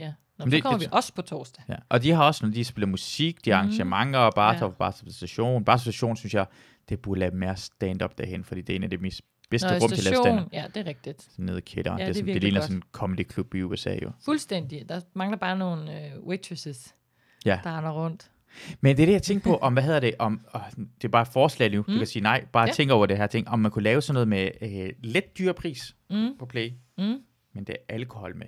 B: ja, Nå,
A: Men
B: men så
A: det-
B: kommer
A: det-
B: vi også på torsdag.
A: Ja. Og de har også, når de spiller musik, de har
B: Mhm.
A: arrangementer, og bare
B: Ja.
A: ja. bare station. Bare station, synes jeg, det burde lave mere stand-up derhen, fordi det er en af de mest bedste rum til at lave stand-up.
B: ja, det er rigtigt.
A: Sådan nede i kælderen.
B: Ja,
A: Ja, det, er
B: det er
A: sådan, det,
B: virkelig
A: ligner
B: godt.
A: sådan en comedy club i USA jo.
B: Fuldstændig. Der mangler bare nogle øh, waitresses,
A: Ja.
B: der render rundt.
A: Men det er det, jeg tænker på, om, hvad hedder det, om, åh, det er bare et forslag nu,
B: Mm.
A: du kan sige nej, bare
B: Ja.
A: ja. tænk over det her ting, om man kunne lave sådan noget med øh, lidt dyre pris
B: Mm,
A: på play,
B: mm.
A: men det er alkohol med.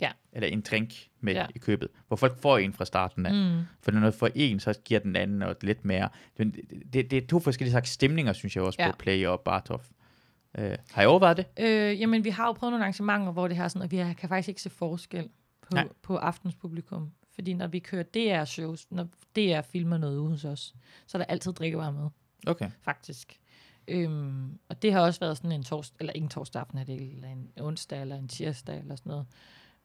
B: Ja.
A: Eller en drink med
B: Ja.
A: ja. i købet, hvor folk får en fra starten af. Mm.
B: Mm.
A: For når noget får en, så giver den anden og lidt mere. Men Det, det, det er to forskellige slags stemninger, synes jeg også,
B: Ja.
A: ja. på play og Bartof. Øh, har I overvejet det?
B: Øh, jamen, vi har jo prøvet nogle arrangementer, hvor det her er sådan, at vi har- kan faktisk ikke se forskel på,
A: Nej.
B: på aftens publikum. Fordi når vi kører DR-shows, når DR filmer noget ude hos os, så er der altid drikkevarer med,
A: Okay.
B: faktisk. Øhm, og det har også været sådan en torsdag, eller ikke en torsdag aften, er det, eller en onsdag, eller en tirsdag, eller sådan noget.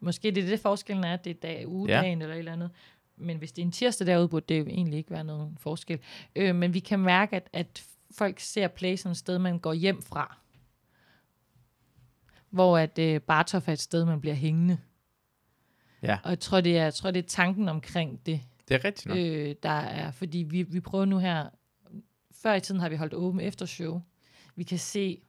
B: Måske det er det, forskellen er, at det er dag, ugedagen, ja. eller et eller andet. Men hvis det er en tirsdag derude, burde det jo egentlig ikke være nogen forskel. Øh, men vi kan mærke, at, at folk ser play som et sted, man går hjem fra. Hvor at øh, Bartof er et sted, man bliver hængende.
A: Ja.
B: Og jeg tror, det er, jeg tror, det er tanken omkring det,
A: Det er rigtigt nok. Øh.
B: øh, der er, fordi vi, vi prøver nu her, før i tiden har vi holdt åben efter show. Vi kan se,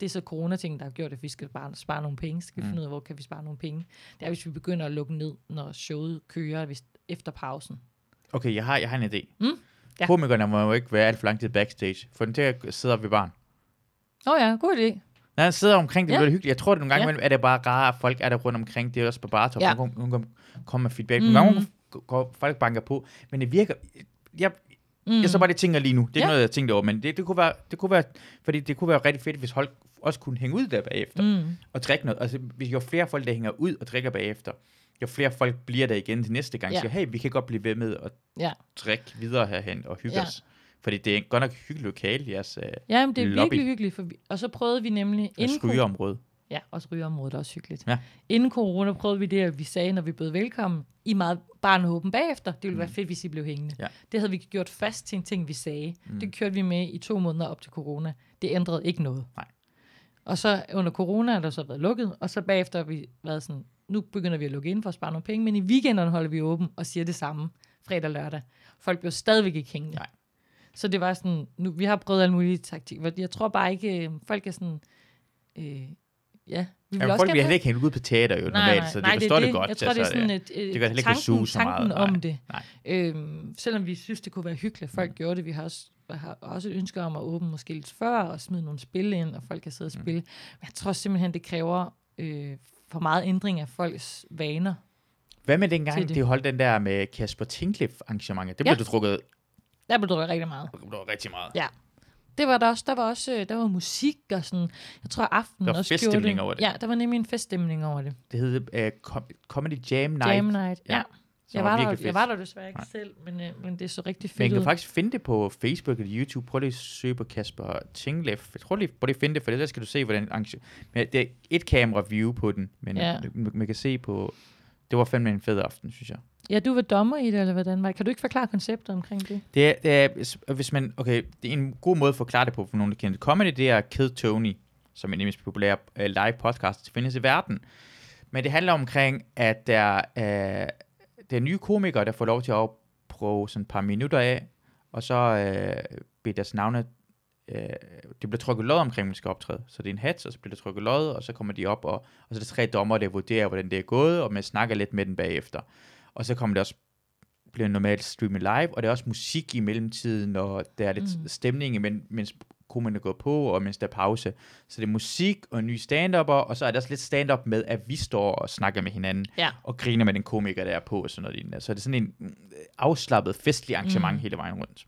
B: det er så corona-ting, der har gjort, at vi skal bare spare nogle penge. Skal vi finde ud af, hvor kan vi spare nogle penge? Det er, hvis vi begynder at lukke ned, når showet kører hvis, efter pausen.
A: Okay, jeg har, jeg har en idé.
B: Mm. Ja.
A: Komikerne må jo ikke være alt for lang tid backstage. For den til at sidde ved barn.
B: Åh oh ja, god idé.
A: Når han sidder omkring, det
B: Ja.
A: ja. bliver hyggeligt. Jeg tror, det nogle gange
B: Ja.
A: ja. er det bare rart, at folk er der rundt omkring. Det er også på bartop.
B: Ja. Mm.
A: Ja. Nogle gange kommer med feedback. Nogle gange går folk banker på. Men det virker... Jeg,
B: Mm.
A: jeg så bare det tænker lige nu. Det er
B: Ja.
A: ja. noget, jeg tænkte over. Men det, det, kunne være, det kunne være... Fordi det kunne være rigtig fedt, hvis folk også kunne hænge ud der bagefter. Mm.
B: Mm.
A: Og drikke noget. Altså, hvis jo flere folk, der hænger ud og drikker bagefter, jo flere folk bliver der igen til næste gang.
B: Ja.
A: Ja. Siger, hey, vi kan godt blive ved med at
B: Ja.
A: drikke videre herhen og hygge
B: Ja.
A: ja. os. Fordi det er godt nok hyggeligt lokale, jeres øh,
B: Ja, men det er
A: Lobby.
B: virkelig hyggeligt. For vi, og så prøvede vi nemlig...
A: jeres
B: inden corona-
A: rygeområde.
B: Ja, også rygeområdet er også hyggeligt.
A: Ja.
B: Inden corona prøvede vi det, at vi sagde, når vi bød velkommen, I er meget barnehåben bagefter. Det ville mm. være fedt, hvis I blev hængende.
A: Ja.
B: Det havde vi gjort fast til en ting, vi sagde. Mm. Det kørte vi med i to måneder op til corona. Det ændrede ikke noget.
A: Nej.
B: Og så under corona har der så været lukket, og så bagefter har vi været sådan, nu begynder vi at lukke ind for at spare nogle penge, men i weekenderne holder vi åben og siger det samme fredag og lørdag. Folk blev stadigvæk ikke hængende.
A: Nej.
B: Så det var sådan, nu, vi har prøvet alle mulige taktikker. Jeg tror bare ikke, øh, folk er sådan, øh, ja. Vi vil
A: Jamen, folk
B: gerne
A: bliver
B: have-
A: heller ikke hængt ud på teater jo normalt, så de forstår det, godt.
B: Jeg tror, det er sådan et, et
A: det kan heller ikke
B: tanken,
A: suge så
B: tanken
A: meget.
B: om
A: Nej,
B: det.
A: nej.
B: Øhm, selvom vi synes, det kunne være hyggeligt, at folk mm. gjorde det. Vi har også, har også et ønske om at åbne måske lidt før og smide nogle spil ind, og folk kan sidde og
A: Mm.
B: spille. Men jeg tror simpelthen, det kræver øh, for meget ændring af folks vaner.
A: Hvad med
B: til
A: dengang,
B: det.
A: de holdt den der med Kasper Tinkliff arrangementet? Det blev
B: Ja.
A: ja. du drukket
B: Der blev drukket rigtig meget.
A: det var rigtig meget.
B: Ja. Det var der også. Der var også øh, der var musik og sådan. Jeg tror, aftenen
A: Der var
B: også gjorde
A: feststemning
B: det.
A: over det.
B: Ja, der var nemlig en feststemning over det.
A: Det hed uh, Com- Comedy Jam Night.
B: Jam night. Ja.
A: Ja.
B: ja.
A: som
B: Jeg var,
A: virkelig
B: der,
A: fedt.
B: jeg var der desværre ikke
A: Nej.
B: selv, men, øh, men det så rigtig
A: Men
B: fedt
A: jeg kan
B: ud.
A: faktisk finde det på Facebook eller YouTube. Prøv lige at søge på Kasper Tingleff. Jeg tror lige, prøv lige at finde det, for ellers skal du se, hvordan arrange... Men det er et kamera view på den, men
B: Ja.
A: ja. man, man, kan se på... Det var fandme en fed aften, synes jeg.
B: Ja, du var dommer i det, eller hvordan var det? Kan du ikke forklare konceptet omkring det?
A: Det er, det er, hvis- hvis man, okay, det er en god måde at forklare det på for nogen, der kender det. Comedy, det er Kid Tony, som er en af de mest populære øh, live podcast, der findes i verden. Men det handler omkring, at der er, der er nye komikere, der får lov til at prøve sådan et par minutter af, og så øh, bliver deres navne øh, det bliver trykket lod omkring, man skal optræde. Så det er en hat, og så bliver der trykket lod, og så kommer de op, og, og så er der tre dommer, der vurderer, hvordan det er gået, og man snakker lidt med den bagefter. Og så kommer det også bliver normalt streamet live, og der er også musik i mellemtiden, og der er lidt mm. stemning, imens- mens komikerne går på, og mens der er pause. Så det er musik og nye stand og så er der også lidt stand-up med, at vi står og snakker med hinanden,
B: Ja.
A: og griner med den komiker, der er på, og sådan noget lignende. Så det er sådan en mm, afslappet, festlig arrangement mm. hele vejen rundt.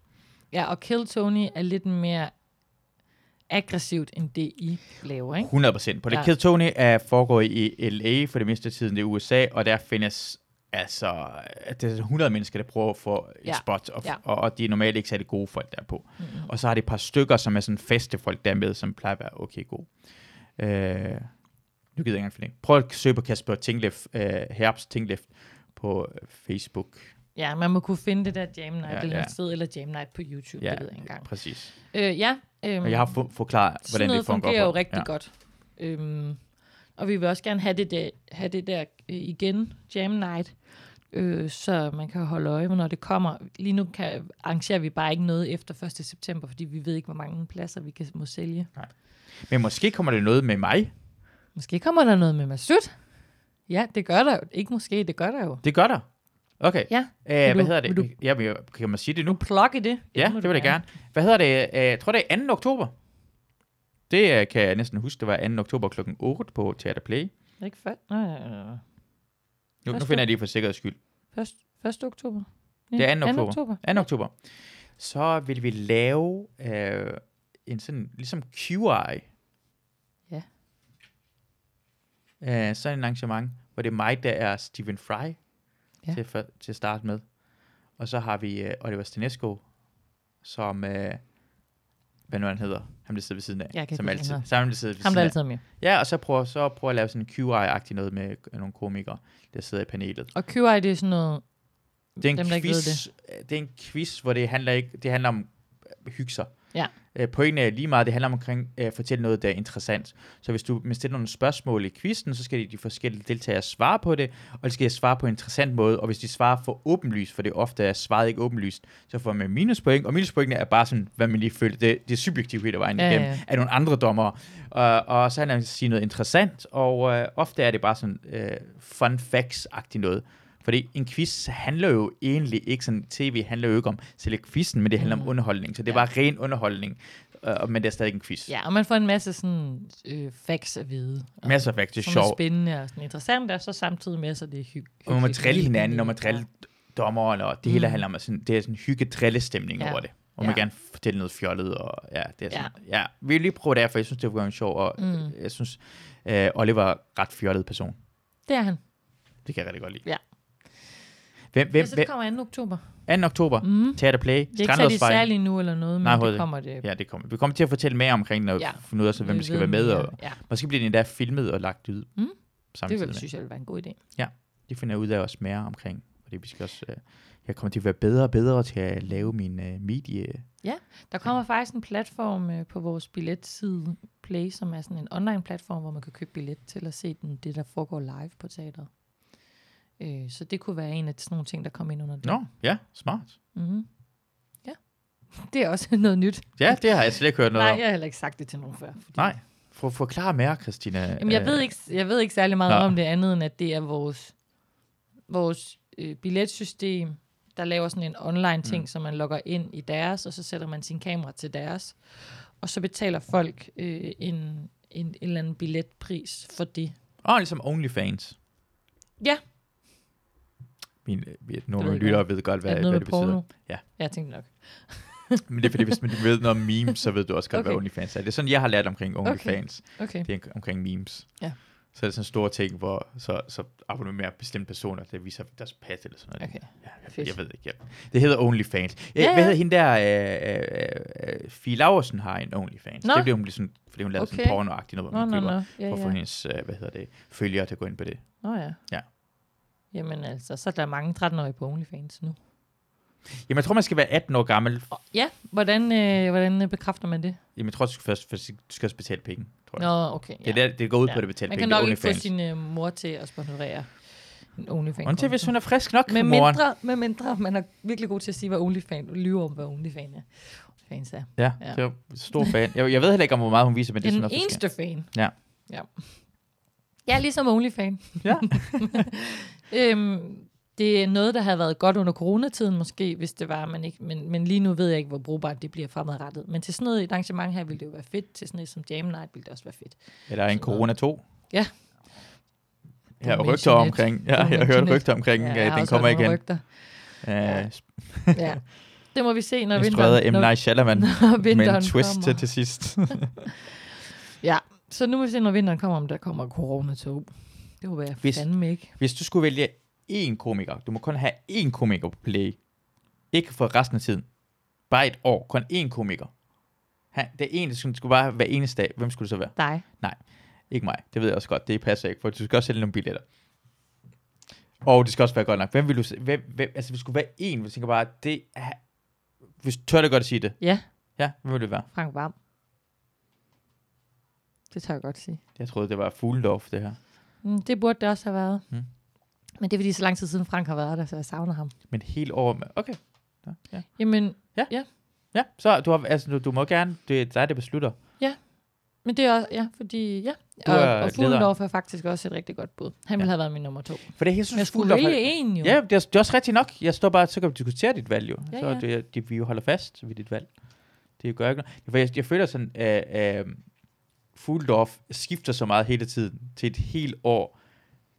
B: ja, og Kill Tony er lidt mere aggressivt, end det I laver, ikke?
A: 100%. På det
B: Ja.
A: ja. Tony er foregår i LA for det meste af tiden, det er USA, og der findes altså, det er 100 mennesker, der prøver at få et
B: Ja.
A: ja. spot, og,
B: Ja.
A: ja. og, og de er normalt ikke særlig gode folk derpå. Mm. Og så har de et par stykker, som er sådan faste folk der er med, som plejer at være okay gode. Øh, nu gider jeg ikke engang finde det. Prøv at søge på Kasper Tinglef, øh, Herbst Tinglef på øh, Facebook.
B: Ja, man må kunne finde det der Jam Night ja,
A: Ja,
B: eller
A: ja.
B: ja. sted, eller Jam Night på YouTube, ja, det ved jeg ikke engang.
A: præcis.
B: Øh, ja, øhm,
A: Og jeg har fu- forklaret,
B: sådan
A: hvordan
B: noget
A: det fungerer.
B: fungerer jo
A: på-
B: rigtig ja. godt. Øhm, og vi vil også gerne have det der, have det der øh, igen, Jam Night, øh, så man kan holde øje med, når det kommer. Lige nu kan, arrangerer vi bare ikke noget efter 1. september, fordi vi ved ikke, hvor mange pladser vi kan må sælge.
A: Men måske kommer det noget med mig.
B: Måske kommer der noget med Masud. Ja, det gør der jo. Ikke måske, det gør der jo.
A: Det gør der. Okay.
B: Ja,
A: Æh, hvad
B: Vil du-
A: hedder
B: vil
A: det?
B: du-
A: Du... Jamen, jeg- kan man sige det nu?
B: plukke det.
A: Ja,
B: må
A: det
B: du
A: vil jeg gerne. Hvad hedder det? Æh, jeg tror, det er 2. oktober. Det øh, kan jeg næsten huske, det var 2. oktober kl. 8 på Theater Play.
B: Er det Ikke før. Nej, nej, nej, nej.
A: Nu, nu
B: Først
A: finder jeg lige for sikkerheds skyld.
B: Først, 1. oktober.
A: Det er 2. oktober.
B: oktober.
A: 2. oktober. Så vil vi lave øh, en sådan, ligesom QI.
B: Ja.
A: Æh, Øh, sådan en arrangement, hvor det er mig, der er Stephen Fry
B: Ja.
A: ja. til, for, til at starte med. Og så har vi øh, Oliver Stenesco, som, øh, hvad nu han hedder, ham der sidder ved siden af.
B: Jeg kan ikke
A: som
B: huske, hvad
A: altid,
B: han
A: sammen, der sidder ved
B: Ham,
A: siden
B: der
A: af.
B: altid er med.
A: Ja, og så prøver, så prøver at lave sådan en QI-agtig noget med øh, nogle komikere, der sidder i panelet.
B: Og QI, det er sådan noget...
A: Det er en
B: Dem, der ikke ved
A: quiz, det. det er en quiz, hvor det handler ikke, det handler om øh, hygge sig.
B: Ja.
A: Øh, pointen er lige meget, det handler om omkring øh, at fortælle noget, der er interessant. Så hvis du man stiller nogle spørgsmål i quizzen, så skal de, de forskellige deltagere svare på det, og de skal svare på en interessant måde, og hvis de svarer for åbenlyst, for det ofte er svaret ikke åbenlyst, så får man minuspoint, og minuspointene er bare sådan, hvad man lige føler, det, det er subjektivt hele vejen
B: Ja, ja,
A: igennem,
B: ja.
A: af nogle andre dommer, og, og så handler det om at sige noget interessant, og øh, ofte er det bare sådan øh, fun facts-agtigt noget. Fordi en quiz handler jo egentlig ikke sådan, tv handler jo ikke om selve quizzen, men det handler om underholdning. Så det
B: Mm. Ja.
A: var bare ren underholdning, øh, men det er stadig en quiz.
B: Ja, og man får en masse sådan øh, facts at vide. Og
A: Masser af altså, faktisk
B: som er
A: sjov.
B: spændende og sådan interessant, og så samtidig med, så det er hyggeligt.
A: Og man må drille hinanden, og man drille dommeren, og det hele handler om at sådan, det er sådan en hygge-drillestemning
B: Mm. Ja.
A: over det. Og man ja.
B: Ja.
A: gerne fortælle noget fjollet, og ja, det er sådan, ja. ja. Vi vil lige prøve det her, for jeg synes, det var en sjov, og
B: Mm.
A: mm. jeg synes, øh, Oliver er en ret fjollet person.
B: Det er han.
A: Det kan jeg rigtig godt lide.
B: Ja.
A: Hvem, hvem,
B: Hvem, så
A: hvem,
B: det kommer 2. oktober.
A: 2. oktober,
B: Mm.
A: Teater Play,
B: Det er ikke særlig
A: Strandhøjsvej.
B: særligt nu eller noget, men
A: Nej,
B: Nej,
A: overhovedet
B: det
A: ikke.
B: kommer det.
A: Ja, det kommer. Vi kommer til at fortælle mere omkring, når vi
B: Ja.
A: finder ud af, så, hvem
B: Vi
A: der skal
B: ved
A: være med.
B: mere.
A: Og
B: Ja,
A: måske bliver det endda filmet og lagt ud
B: Mm. det
A: samtidig
B: vil,
A: med.
B: synes jeg ville være en god idé.
A: Det finder jeg ud af også mere omkring. Fordi vi skal også, øh, jeg kommer til at være bedre og bedre til at lave min øh, medie.
B: Der kommer faktisk en platform øh, på vores billetside Play, som er sådan en online platform, hvor man kan købe billet til at se den, det, der foregår live på teateret. Øh, så det kunne være en af sådan nogle ting, der kom ind under det.
A: Nå, ja, smart.
B: Mm-hmm. Ja. [laughs] Det er også noget nyt.
A: Ja, det har jeg slet ikke
B: [laughs]
A: hørt noget
B: Nej,
A: om.
B: jeg har heller ikke sagt det til nogen før. Fordi...
A: Nej, for forklare mere, Christina.
B: Jamen, jeg, ved ikke, jeg ved ikke særlig meget
A: Øh, Nå.
B: om det andet, end at det er vores, vores øh, billetsystem, der laver sådan en online ting, mm. som man logger ind i deres, og så sætter man sin kamera til deres. Og så betaler folk øh, en, en, en eller anden billetpris for det.
A: Og ligesom OnlyFans.
B: Ja.
A: Min, øh,
B: Det ved
A: nogle
B: jeg
A: lyttere ved godt,
B: er
A: hvad,
B: det
A: hvad det
B: noget med porno?
A: betyder. Ja.
B: Jeg tænkte nok.
A: Men det er fordi, hvis man ved noget om memes, så ved du også godt, okay. hvad
B: Okay.
A: OnlyFans er. Det er sådan, jeg har lært omkring OnlyFans.
B: Okay.
A: Det er om- omkring memes.
B: Ja.
A: Så er det sådan store ting, hvor så, så abonnerer mere bestemte personer, der viser deres pas eller sådan noget.
B: Okay.
A: Ja, jeg,
B: Fedt.
A: jeg ved ikke. Jeg, det hedder OnlyFans. Ja,
B: Ja,
A: ja.
B: ja.
A: Hvad hedder hende der? Øh, øh, øh, Fie Laursen har en OnlyFans.
B: Nå.
A: Det blev hun ligesom, fordi hun lavede okay.
B: Okay.
A: sådan pornoagtigt noget, hvor
B: Nå,
A: man
B: nå,
A: køber
B: nå. Ja,
A: for at få
B: ja.
A: hendes, øh, hvad hedder det, følgere til at gå ind på det.
B: Nå ja.
A: Ja.
B: Jamen altså, så er der mange 13-årige på OnlyFans nu.
A: Jamen, jeg tror, man skal være 18 år gammel.
B: Og, ja, hvordan, øh, hvordan øh, bekræfter man det?
A: Jamen, jeg tror, du skal først, først du skal også betale penge, tror jeg.
B: Nå, okay. Ja.
A: Det, er der, det går ud ja. på
B: Ja.
A: det at betale
B: Man
A: penge.
B: kan
A: det er
B: nok ikke få
A: OnlyFans.
B: sin øh, mor til at sponsorere en OnlyFans.
A: Undtagen hvis hun er frisk nok,
B: med
A: moren.
B: mindre, med mindre man er virkelig god til at sige, hvad OnlyFans og lyve om, hvad OnlyFans er. Fans er.
A: Ja,
B: Ja.
A: det er jo stor fan. Jeg, jeg ved heller ikke, om hvor meget hun viser, men det er
B: Den
A: sådan noget.
B: eneste fan.
A: Ja.
B: ja. Jeg er ligesom OnlyFans.
A: Ja.
B: [laughs] Øhm, det er noget, der har været godt under coronatiden måske, hvis det var, men, ikke, men, men lige nu ved jeg ikke, hvor brugbart det bliver fremadrettet. Men til sådan noget et arrangement her ville det jo være fedt. Til sådan noget som Jam Night ville det også være fedt.
A: Eller en Corona 2.
B: Ja.
A: Jeg har
B: Domination
A: rygter
B: net.
A: omkring, ja, jeg
B: Domination
A: hørte
B: net.
A: rygter omkring,
B: jeg
A: ja,
B: har
A: den
B: også
A: kommer
B: hørt
A: igen.
B: nogle Rygter.
A: Øh,
B: Ja. Det må vi se, når
A: Instrueret af M.
B: vinteren, når,
A: Night Shyamalan,
B: [laughs] når
A: med
B: vinteren
A: en twist
B: kommer.
A: til, til
B: [laughs]
A: sidst.
B: Ja, så nu må vi se, når vinteren kommer, om der kommer coronatog. Det håber jeg
A: Hvis-
B: fandme ikke.
A: Hvis du skulle vælge én komiker, du må kun have én komiker på play. Ikke for resten af tiden. Bare et år. Kun én komiker. Han, det er en, det skulle skulle bare være hver eneste dag. Hvem skulle det så være?
B: Dig.
A: Ikke mig. Det ved jeg også godt. Det passer ikke, for du skal også sælge nogle billetter. Og det skal også være godt nok. Hvem vil du... se- Hvem, hvem, altså, hvis det skulle være en, hvis jeg tænker bare, det er... Hvis tør det godt at sige det.
B: Ja,
A: Ja, hvem vil det være?
B: Frank Varm. Det tør jeg godt sige.
A: Jeg troede, det var Fuglendorf, det her.
B: Mm, det burde det også have været.
A: Mm.
B: Mm. Men det er fordi, så lang tid siden Frank har været der, så jeg savner ham.
A: Men et helt år med... Okay. Nå, Ja,
B: Jamen,
A: ja. så du, har, altså, du, du må gerne... Det er dig, der beslutter.
B: men det er også, ja, fordi, ja.
A: Du
B: og,
A: er
B: og
A: leder.
B: Fuglendorf er faktisk også et rigtig godt bud. Han ville
A: Ja.
B: have været min nummer to.
A: For det, jeg synes,
B: Men jeg skulle
A: Fuglendorf-
B: vælge en jo.
A: Ja, det er, det er også rigtigt nok. Jeg står bare, så kan vi diskutere dit valg jo. Ja,
B: Ja,
A: så
B: ja.
A: Det, det, vi jo holder fast ved dit valg. Det gør ikke noget. For jeg, jeg føler sådan, at øh, Fuldorf skifter så meget hele tiden. Til et helt år,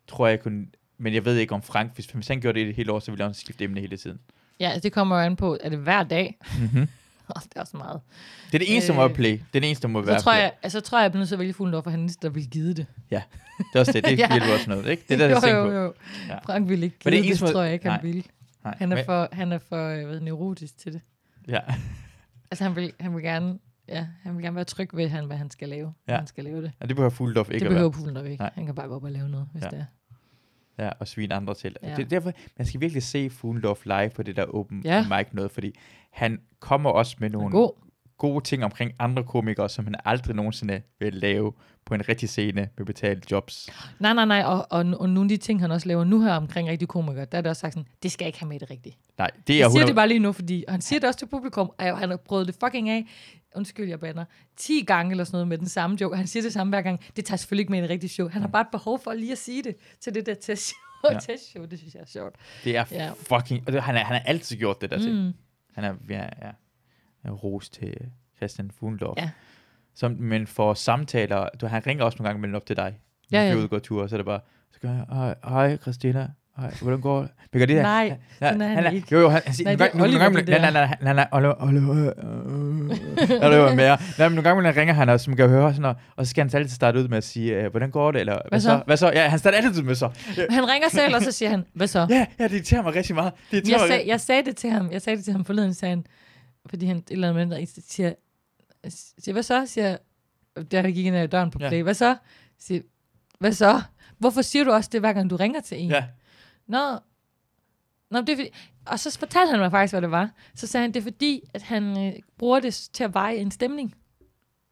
A: tror jeg kun... Men jeg ved ikke om Frank, hvis, hvis han gjorde det et helt år, så ville han skifte emne hele tiden.
B: ja altså, det kommer jo an på, er det hver dag? [laughs]
A: Mm-hmm.
B: Oh, det er også meget.
A: Det er det eneste, der må
B: Øh,
A: være play. Det er det eneste, der må være
B: Så tror,
A: play.
B: jeg, altså, så tror jeg, jeg bliver nødt til at vælge Fuglendorf, for han er den eneste, der vil give det.
A: Det er også det. Det
B: [laughs] Ja.
A: hjælper også noget, ikke? Det er
B: [laughs]
A: det, der, jeg
B: jo,
A: tænker
B: jo,
A: på.
B: jo.
A: Ja.
B: Ja. Frank ville ikke
A: Men
B: give
A: det er
B: det,
A: eneste
B: det
A: måde-
B: tror jeg ikke, han
A: Nej.
B: ville.
A: Nej,
B: Han er
A: men-
B: for, han er for øh, hvad, neurotisk til det.
A: Ja.
B: Altså, han vil, han vil gerne... Ja, han vil gerne være tryg ved, han, hvad han skal lave.
A: Ja.
B: Ja. Han skal lave det.
A: Og det behøver Fuldorf ikke
B: det
A: at være.
B: behøver Puglen nok ikke.
A: Nej.
B: Nej. Han kan bare gå op og lave noget, hvis
A: Ja.
B: ja. det er.
A: Ja, og svine andre til. Ja.
B: Ja.
A: Det er derfor, man skal virkelig se Fuglendorf live på det der open ja.
B: Ja.
A: mic noget, fordi han kommer også med
B: Han er
A: nogle
B: god.
A: gode ting omkring andre komikere, som han aldrig nogensinde vil lave på en rigtig scene med betalte jobs.
B: Nej, nej, nej. Og, og, og nogle af de ting, han også laver nu her omkring rigtige komikere, der er det også sagt sådan, det skal jeg ikke have med i det rigtige.
A: Nej, det er
B: Jeg siger
A: 100...
B: det bare lige nu, fordi og han siger det også til publikum, og han har prøvet det fucking af, undskyld, jeg banner, 10 gange eller sådan noget med den samme joke, og han siger det samme hver gang, det tager jeg selvfølgelig ikke med i en rigtig show. Han har bare et behov for lige at sige det til det der testshow.
A: Mm. Ja.
B: [laughs] Ja. testshow, det synes jeg er sjovt.
A: det er
B: Ja.
A: fucking... Og det, han, er, han har altid gjort det der til.
B: Mm.
A: Han er, ja, ja, ja, ros til Christian Fuglendorf.
B: Ja.
A: Som, men for samtaler, du, han ringer også nogle gange mellem op til dig.
B: Ja,
A: Ja, ja.
B: ja.
A: Vi er ude og går ture, og så er det bare, så gør jeg, hej, hej Christina, hej, hvordan går det? Men gør det der,
B: Nej, sådan er han ikke.
A: Jo, jo, han, han siger,
B: Nej,
A: nej,
B: det er
A: nogle
B: Oliver,
A: gange,
B: det
A: nej, nej, nej, nej, nej, Oliver, Oliver, øh, Oliver mere. Nej, men nogle gange, når han ringer han også, man kan høre sådan noget, og så skal han altid starte ud med at sige, øh, hvordan går det, eller hvad,
B: Hvad
A: så?
B: så?
A: Hvad så? Ja, han starter altid med så. Ja,
B: Han ringer selv, og så siger han,
A: [laughs]
B: hvad så?
A: Ja, ja, det irriterer mig rigtig meget. Det irriterer
B: Jeg,
A: mig
B: sag,
A: rigtig-
B: jeg sagde det til ham, jeg sagde det til ham forleden, sagde han, fordi han et eller andet mindre siger, siger, hvad så? Siger, der gik ind ad døren på
A: Ja.
B: play, ja. hvad så? Siger, hvad så? Hvorfor siger du også det, hver gang du ringer til en?
A: Ja,
B: Nå, Nå men det er fordi... Og så fortalte han mig faktisk, hvad det var. Så sagde han, det er fordi, at han øh, bruger det s- til at veje en stemning.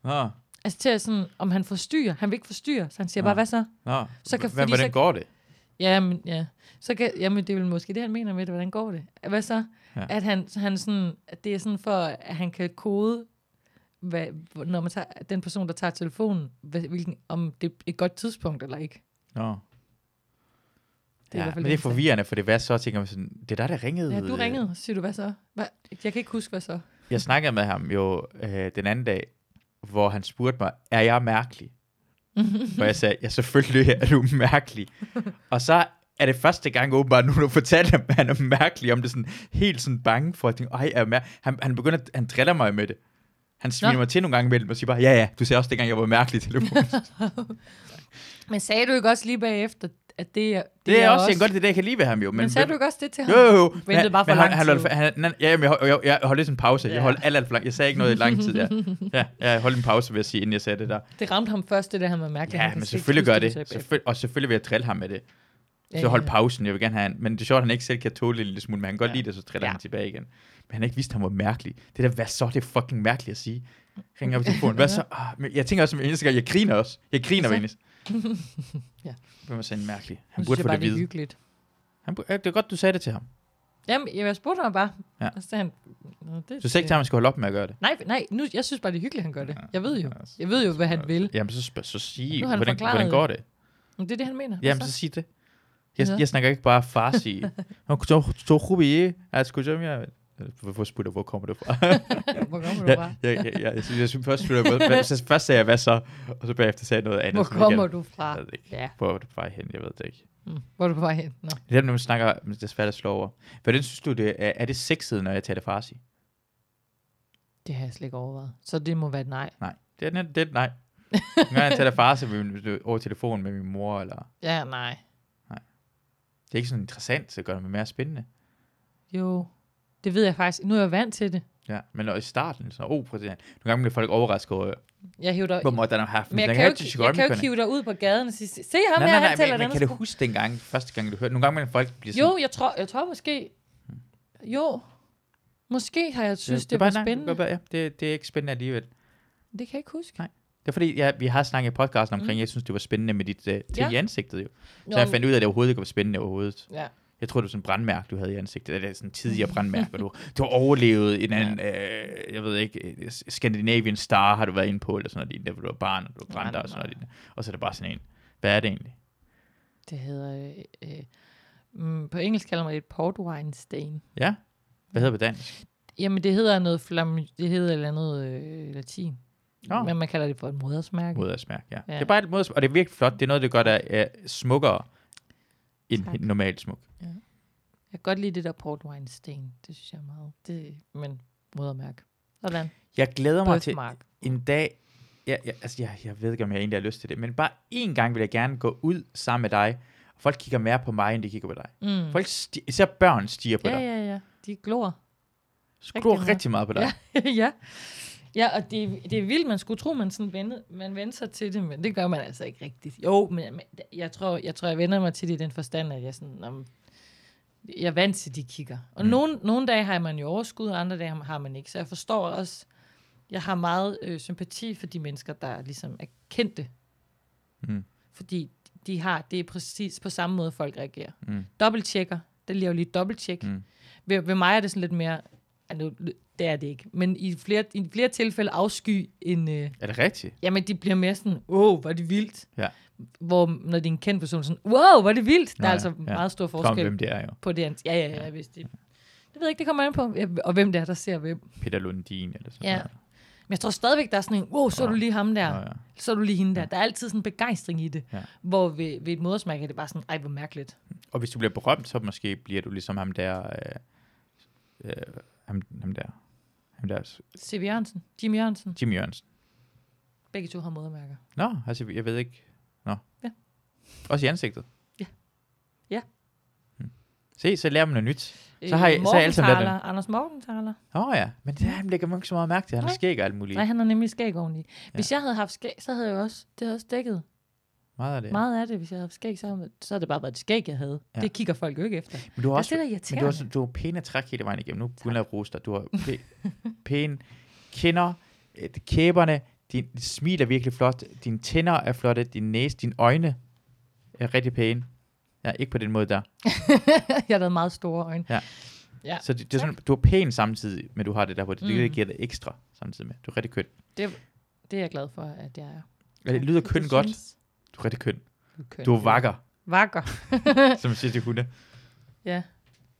A: nå,
B: Altså til at sådan, om han forstyrrer. Han vil ikke forstyrre, så han siger
A: Nå.
B: bare, hvad så?
A: nå.
B: Så kan-
A: Hva-
B: fordi
A: hvordan
B: så-
A: går det?
B: Ja, men, ja. Så kan, jamen, det er vel måske det, han mener med det. Hvordan går det? Hvad så?
A: Ja.
B: Ja. At, han, så han sådan, at det er sådan for, at han kan kode, hvad, hvor- når man tager, den person, der tager telefonen, hvad, hvilken, om det er et godt tidspunkt eller ikke.
A: Nå.
B: Det er
A: ja,
B: i hvert fald
A: men
B: det,
A: det er
B: han sagde.
A: forvirrende, for det var så tænker man sådan, det er dig, der ringede.
B: Ja, du
A: øh,
B: ringede, siger du, hvad så? Hvad? Jeg kan ikke huske, hvad så.
A: Jeg snakkede med ham jo øh, den anden dag, hvor han spurgte mig, er jeg mærkelig? hvor jeg sagde, ja selvfølgelig er du mærkelig. og så er det første gang åbenbart nu, du fortæller ham, at han er mærkelig, om det er sådan helt sådan bange for, at tænke, Ej, er mær-. han, han begynder, han driller mig med det. Han sviner
B: Nå.
A: mig til nogle gange imellem og siger bare, ja ja, du sagde også dengang, jeg var mærkelig i telefonen. det,
B: Men sagde du ikke også lige bagefter, at [laughs] det er...
A: det er også, også, jeg godt, det er det, jeg kan lide ved ham jo.
B: Men, men sagde du ikke også [laughs] det til ham?
A: Jo, jo, jo.
B: Ventede
A: Men-
B: bare for
A: men
B: lang
A: han,
B: tid.
A: han, holdt, han, han, ja, jamen, jeg, hold, jeg, jeg holdt lidt en pause. Ja. Jeg
B: Ja.
A: holdt alt, alt for lang. Jeg sagde ikke noget i lang
B: [laughs]
A: tid. Ja. ja, jeg holdt en pause, vil jeg sige, inden jeg sagde det der.
B: Det ramte ham først, det der, han var mærkelig. Han
A: Ja,
B: kan
A: men
B: slet ikke
A: selvfølgelig
B: huske
A: gør det.
B: så-
A: Selvføl- og selvfølgelig vil jeg drille ham med det.
B: Ja,
A: Så hold
B: [laughs] ja.
A: pausen, jeg vil gerne have han. Men det er sjovt, at han ikke selv kan tåle det en lille smule, men han kan godt
B: Ja.
A: lide det, så triller
B: Ja.
A: han tilbage igen. Men han har ikke vidst, at han var mærkelig. Det der, hvad så, det er fucking mærkeligt at sige. Ringer op i telefonen, hvad
B: [laughs]
A: så? Ah, men jeg tænker også, at eneste gang, jeg griner også. Jeg griner
B: Hvad
A: hver
B: så?
A: eneste.
B: Ja.
A: Hvem er sådan mærkelig?
B: Nu
A: Han burde
B: synes
A: få
B: jeg
A: det at
B: bare, det er
A: vide.
B: hyggeligt.
A: Han, bu- ja, det er godt, du sagde det til ham.
B: Jamen, jeg spurgte ham bare.
A: Ja.
B: Og så sagde han, "Nå, det,
A: Du sagde ikke til ham, at han skulle holde op med at gøre det.
B: Nej, nej, nu, jeg synes bare, det er hyggeligt, han gør det.
A: Ja.
B: Jeg ved jo,
A: Ja, altså. så-
B: jeg ved jo hvad han vil.
A: Jamen, så, spørg- så sig,
B: Nu har han
A: hvordan,
B: forklaret
A: hvordan
B: det.
A: går det?
B: Men det er det, han mener.
A: Jamen,
B: Og
A: så
B: så, [laughs]
A: sig det. Jeg,
B: Ja.
A: jeg snakker ikke bare
B: [laughs]
A: farsi. Han kunne så så rubi, at skulle så mere. Hvorfor spurgte jeg, hvor kommer det fra?
B: hvor kommer du
A: jeg,
B: fra?
A: jeg, jeg, jeg, synes- jeg synes først, spurgte jeg, hvad, så først sagde jeg, hvad så? Og så bagefter sagde jeg noget andet.
B: Hvor
A: som ikke
B: kommer
A: er-
B: du
A: Jeg
B: fra?
A: ved det ikke.
B: Ja.
A: Hvor er det på vej hen? Jeg ved det ikke.
B: Mm. Hvor er du på vej hen? Nå.
A: Det er dem, når man snakker, men det er svært at slå over. Hvordan synes du, det er, er det sexet, når jeg tager det farsi?
B: Det har jeg slet ikke overvejet. Så det må være et nej.
A: Nej, det er net, det er, nej. Når jeg tager det farsi vil- over telefonen med min mor, eller...
B: Ja, nej.
A: Det er ikke sådan interessant, så gør det mig mere spændende.
B: Jo, det ved jeg faktisk. Nu er jeg vant til det.
A: Ja, men når i starten, så, oh, prøv at se her. Nogle gange bliver folk overrasket over,
B: Jeg hiver dig...
A: hvor måtte den have haft.
B: Men jeg
A: den
B: kan, jo,
A: altid
B: ikke-
A: godt
B: jeg kan jo
A: med
B: ikke hive dig ud på gaden og sige, se se
A: kønnet."
B: ham
A: Nej,
B: her,
A: nej,
B: han
A: nej,
B: tæller
A: men, men
B: den
A: kan du huske dengang, første gang du hørte, nogle gange mellem folk bliver sådan,
B: Jo, jeg tror, jeg tror måske... Jo, måske har jeg synes, det,
A: er bare,
B: var
A: nej,
B: spændende.
A: "Øh, det er bare- Ja, det, det er ikke spændende alligevel.
B: Det kan jeg ikke huske.
A: Nej. Det er fordi, ja, vi har snakket i podcasten omkring, jeg synes, det var spændende med dit uh, ting
B: Mm. Ja.
A: i ansigtet jo.
B: Nå,
A: Så jeg fandt ud af, at det overhovedet ikke var spændende overhovedet.
B: Ja.
A: Jeg tror, det var sådan en brandmærke, du havde i ansigtet. Eller sådan en tidligere brandmærke, og
B: [laughs]
A: du, du har overlevet en anden, øh, jeg ved ikke, øh, Scandinavian Star har du været inde på, eller sådan noget lignende, hvor du var barn, og du var brændt
B: Nej,
A: og sådan
B: nej.
A: noget lignende. Og så er det bare sådan en, hvad er det egentlig?
B: Det hedder... Øh, øh, mm, på engelsk kalder man det et portwine stain.
A: Ja? Hvad hedder det på dansk?
B: Jamen, det hedder noget flam... Det hedder et eller andet øh, latin.
A: Nå.
B: Men man kalder det for et modersmærke.
A: Modersmærk, ja.
B: Ja.
A: ja. Det er bare et modersmærk, og det er virkelig flot. Det er noget, det gør dig øh, smukkere end
B: Tak.
A: tak. normalt smuk.
B: Jeg kan godt lide det der portwine stain. Det synes jeg er meget... Det, men modermærke. Sådan.
A: Jeg glæder mig til
B: Birthmark.
A: en dag, jeg, jeg, altså jeg, jeg ved ikke, om jeg egentlig har lyst til det, men bare én gang vil jeg gerne gå ud sammen med dig, og folk kigger mere på mig, end de kigger på dig.
B: Mm.
A: Folk, sti- især børn stiger på
B: Ja,
A: dig.
B: ja, ja. De glor.
A: Skruer
B: meget.
A: rigtig, rigtig meget på dig.
B: Ja. [laughs] ja. Ja, og det, det er vildt, man skulle tro, man sådan vendte, man vendte sig til det, men det gør man altså ikke rigtigt. Jo, men, men jeg, tror, jeg tror, jeg vender mig til det i den forstand, at jeg sådan, om, jeg er vant til, de kigger. Og mm.
A: Mm.
B: nogle, nogle dage har man jo overskud, og andre dage har man ikke. Så jeg forstår også, jeg har meget øh, sympati for de mennesker, der ligesom er kendte.
A: Mm.
B: Fordi de har, det er præcis på samme måde, folk reagerer.
A: Mm.
B: Dobbelttjekker, der laver lige et dobbelttjek. Mm.
A: Mm.
B: Ved, ved mig er det sådan lidt mere, ej, nu, det er det ikke, men i flere, i flere tilfælde afsky en... Øh,
A: Er det rigtigt?
B: jamen, de bliver mere sådan, wow, hvor er det vildt.
A: Ja.
B: Hvor når det er en kendt person, sådan, wow, hvor er det vildt. Der
A: Nå
B: er
A: ja,
B: altså
A: ja.
B: meget stor
A: Kom,
B: forskel
A: hvem det er jo.
B: på det. ans- Ja, ja, ja, hvis det... Det ved jeg ikke, det kommer an på, ja, og hvem det er, der ser hvem.
A: Peter Lundin eller sådan
B: Ja.
A: noget.
B: Men jeg tror stadigvæk, der er sådan en, wow, så er du lige ham der,
A: Nå, ja.
B: så er du lige hende der. Der er altid sådan en begejstring i det,
A: Ja.
B: hvor ved, ved et modersmærke er det bare sådan, ej, hvor mærkeligt.
A: Og hvis du bliver berømt, så måske bliver du ligesom ham der... Øh, øh, ham, ham der... Ham der...
B: C.V. Jørgensen, Jim Jørgensen,
A: Jim Jørgensen.
B: begge to har modermærker.
A: Nå, altså, jeg ved ikke... Nå.
B: Ja.
A: Også i ansigtet?
B: Ja. Ja.
A: Hmm. Se, så lærer man noget nyt. Så
B: Øh,
A: har I- så har I alle sammen været
B: Morgenthaler, Anders Morgenthaler.
A: Åh oh, ja, men det, han lægger man ikke så meget mærke til. Han har
B: Nej.
A: skæg og alt muligt.
B: Nej, han har nemlig skæg oveni. Hvis jeg havde haft skæg, så havde jeg jo også, det havde også dækket
A: Meget af det.
B: ja. meget af det. Hvis jeg havde haft skæg, så, havde- så havde det bare været et skæg, jeg havde. Ja.
A: Ja.
B: Det kigger folk jo ikke efter.
A: Men du har
B: Det er
A: også,
B: det, der er
A: men du har,
B: irriterende.
A: også- du har pæne træk hele vejen igennem. Nu begynder jeg at rose dig. Du har pæ- pæne kinder, øh, kæberne, din dit smil er virkelig flot, dine tænder er flotte, din næse, dine øjne er rigtig pæne. Ja, ikke på den måde der.
B: [laughs] jeg havde meget store øjne. Ja, Mm.
A: Så det, det er sådan, du er pæn samtidig, men du har det der på det. Det, det giver dig ekstra samtidig med. Du er rigtig køn.
B: Det er jeg glad for, at jeg er.
A: Ja, det lyder
B: Du
A: køn godt.
B: synes,
A: Du er rigtig køn.
B: Du er, køn.
A: Du er vakker,
B: Vakker.
A: som man siger til hunde.
B: Ja.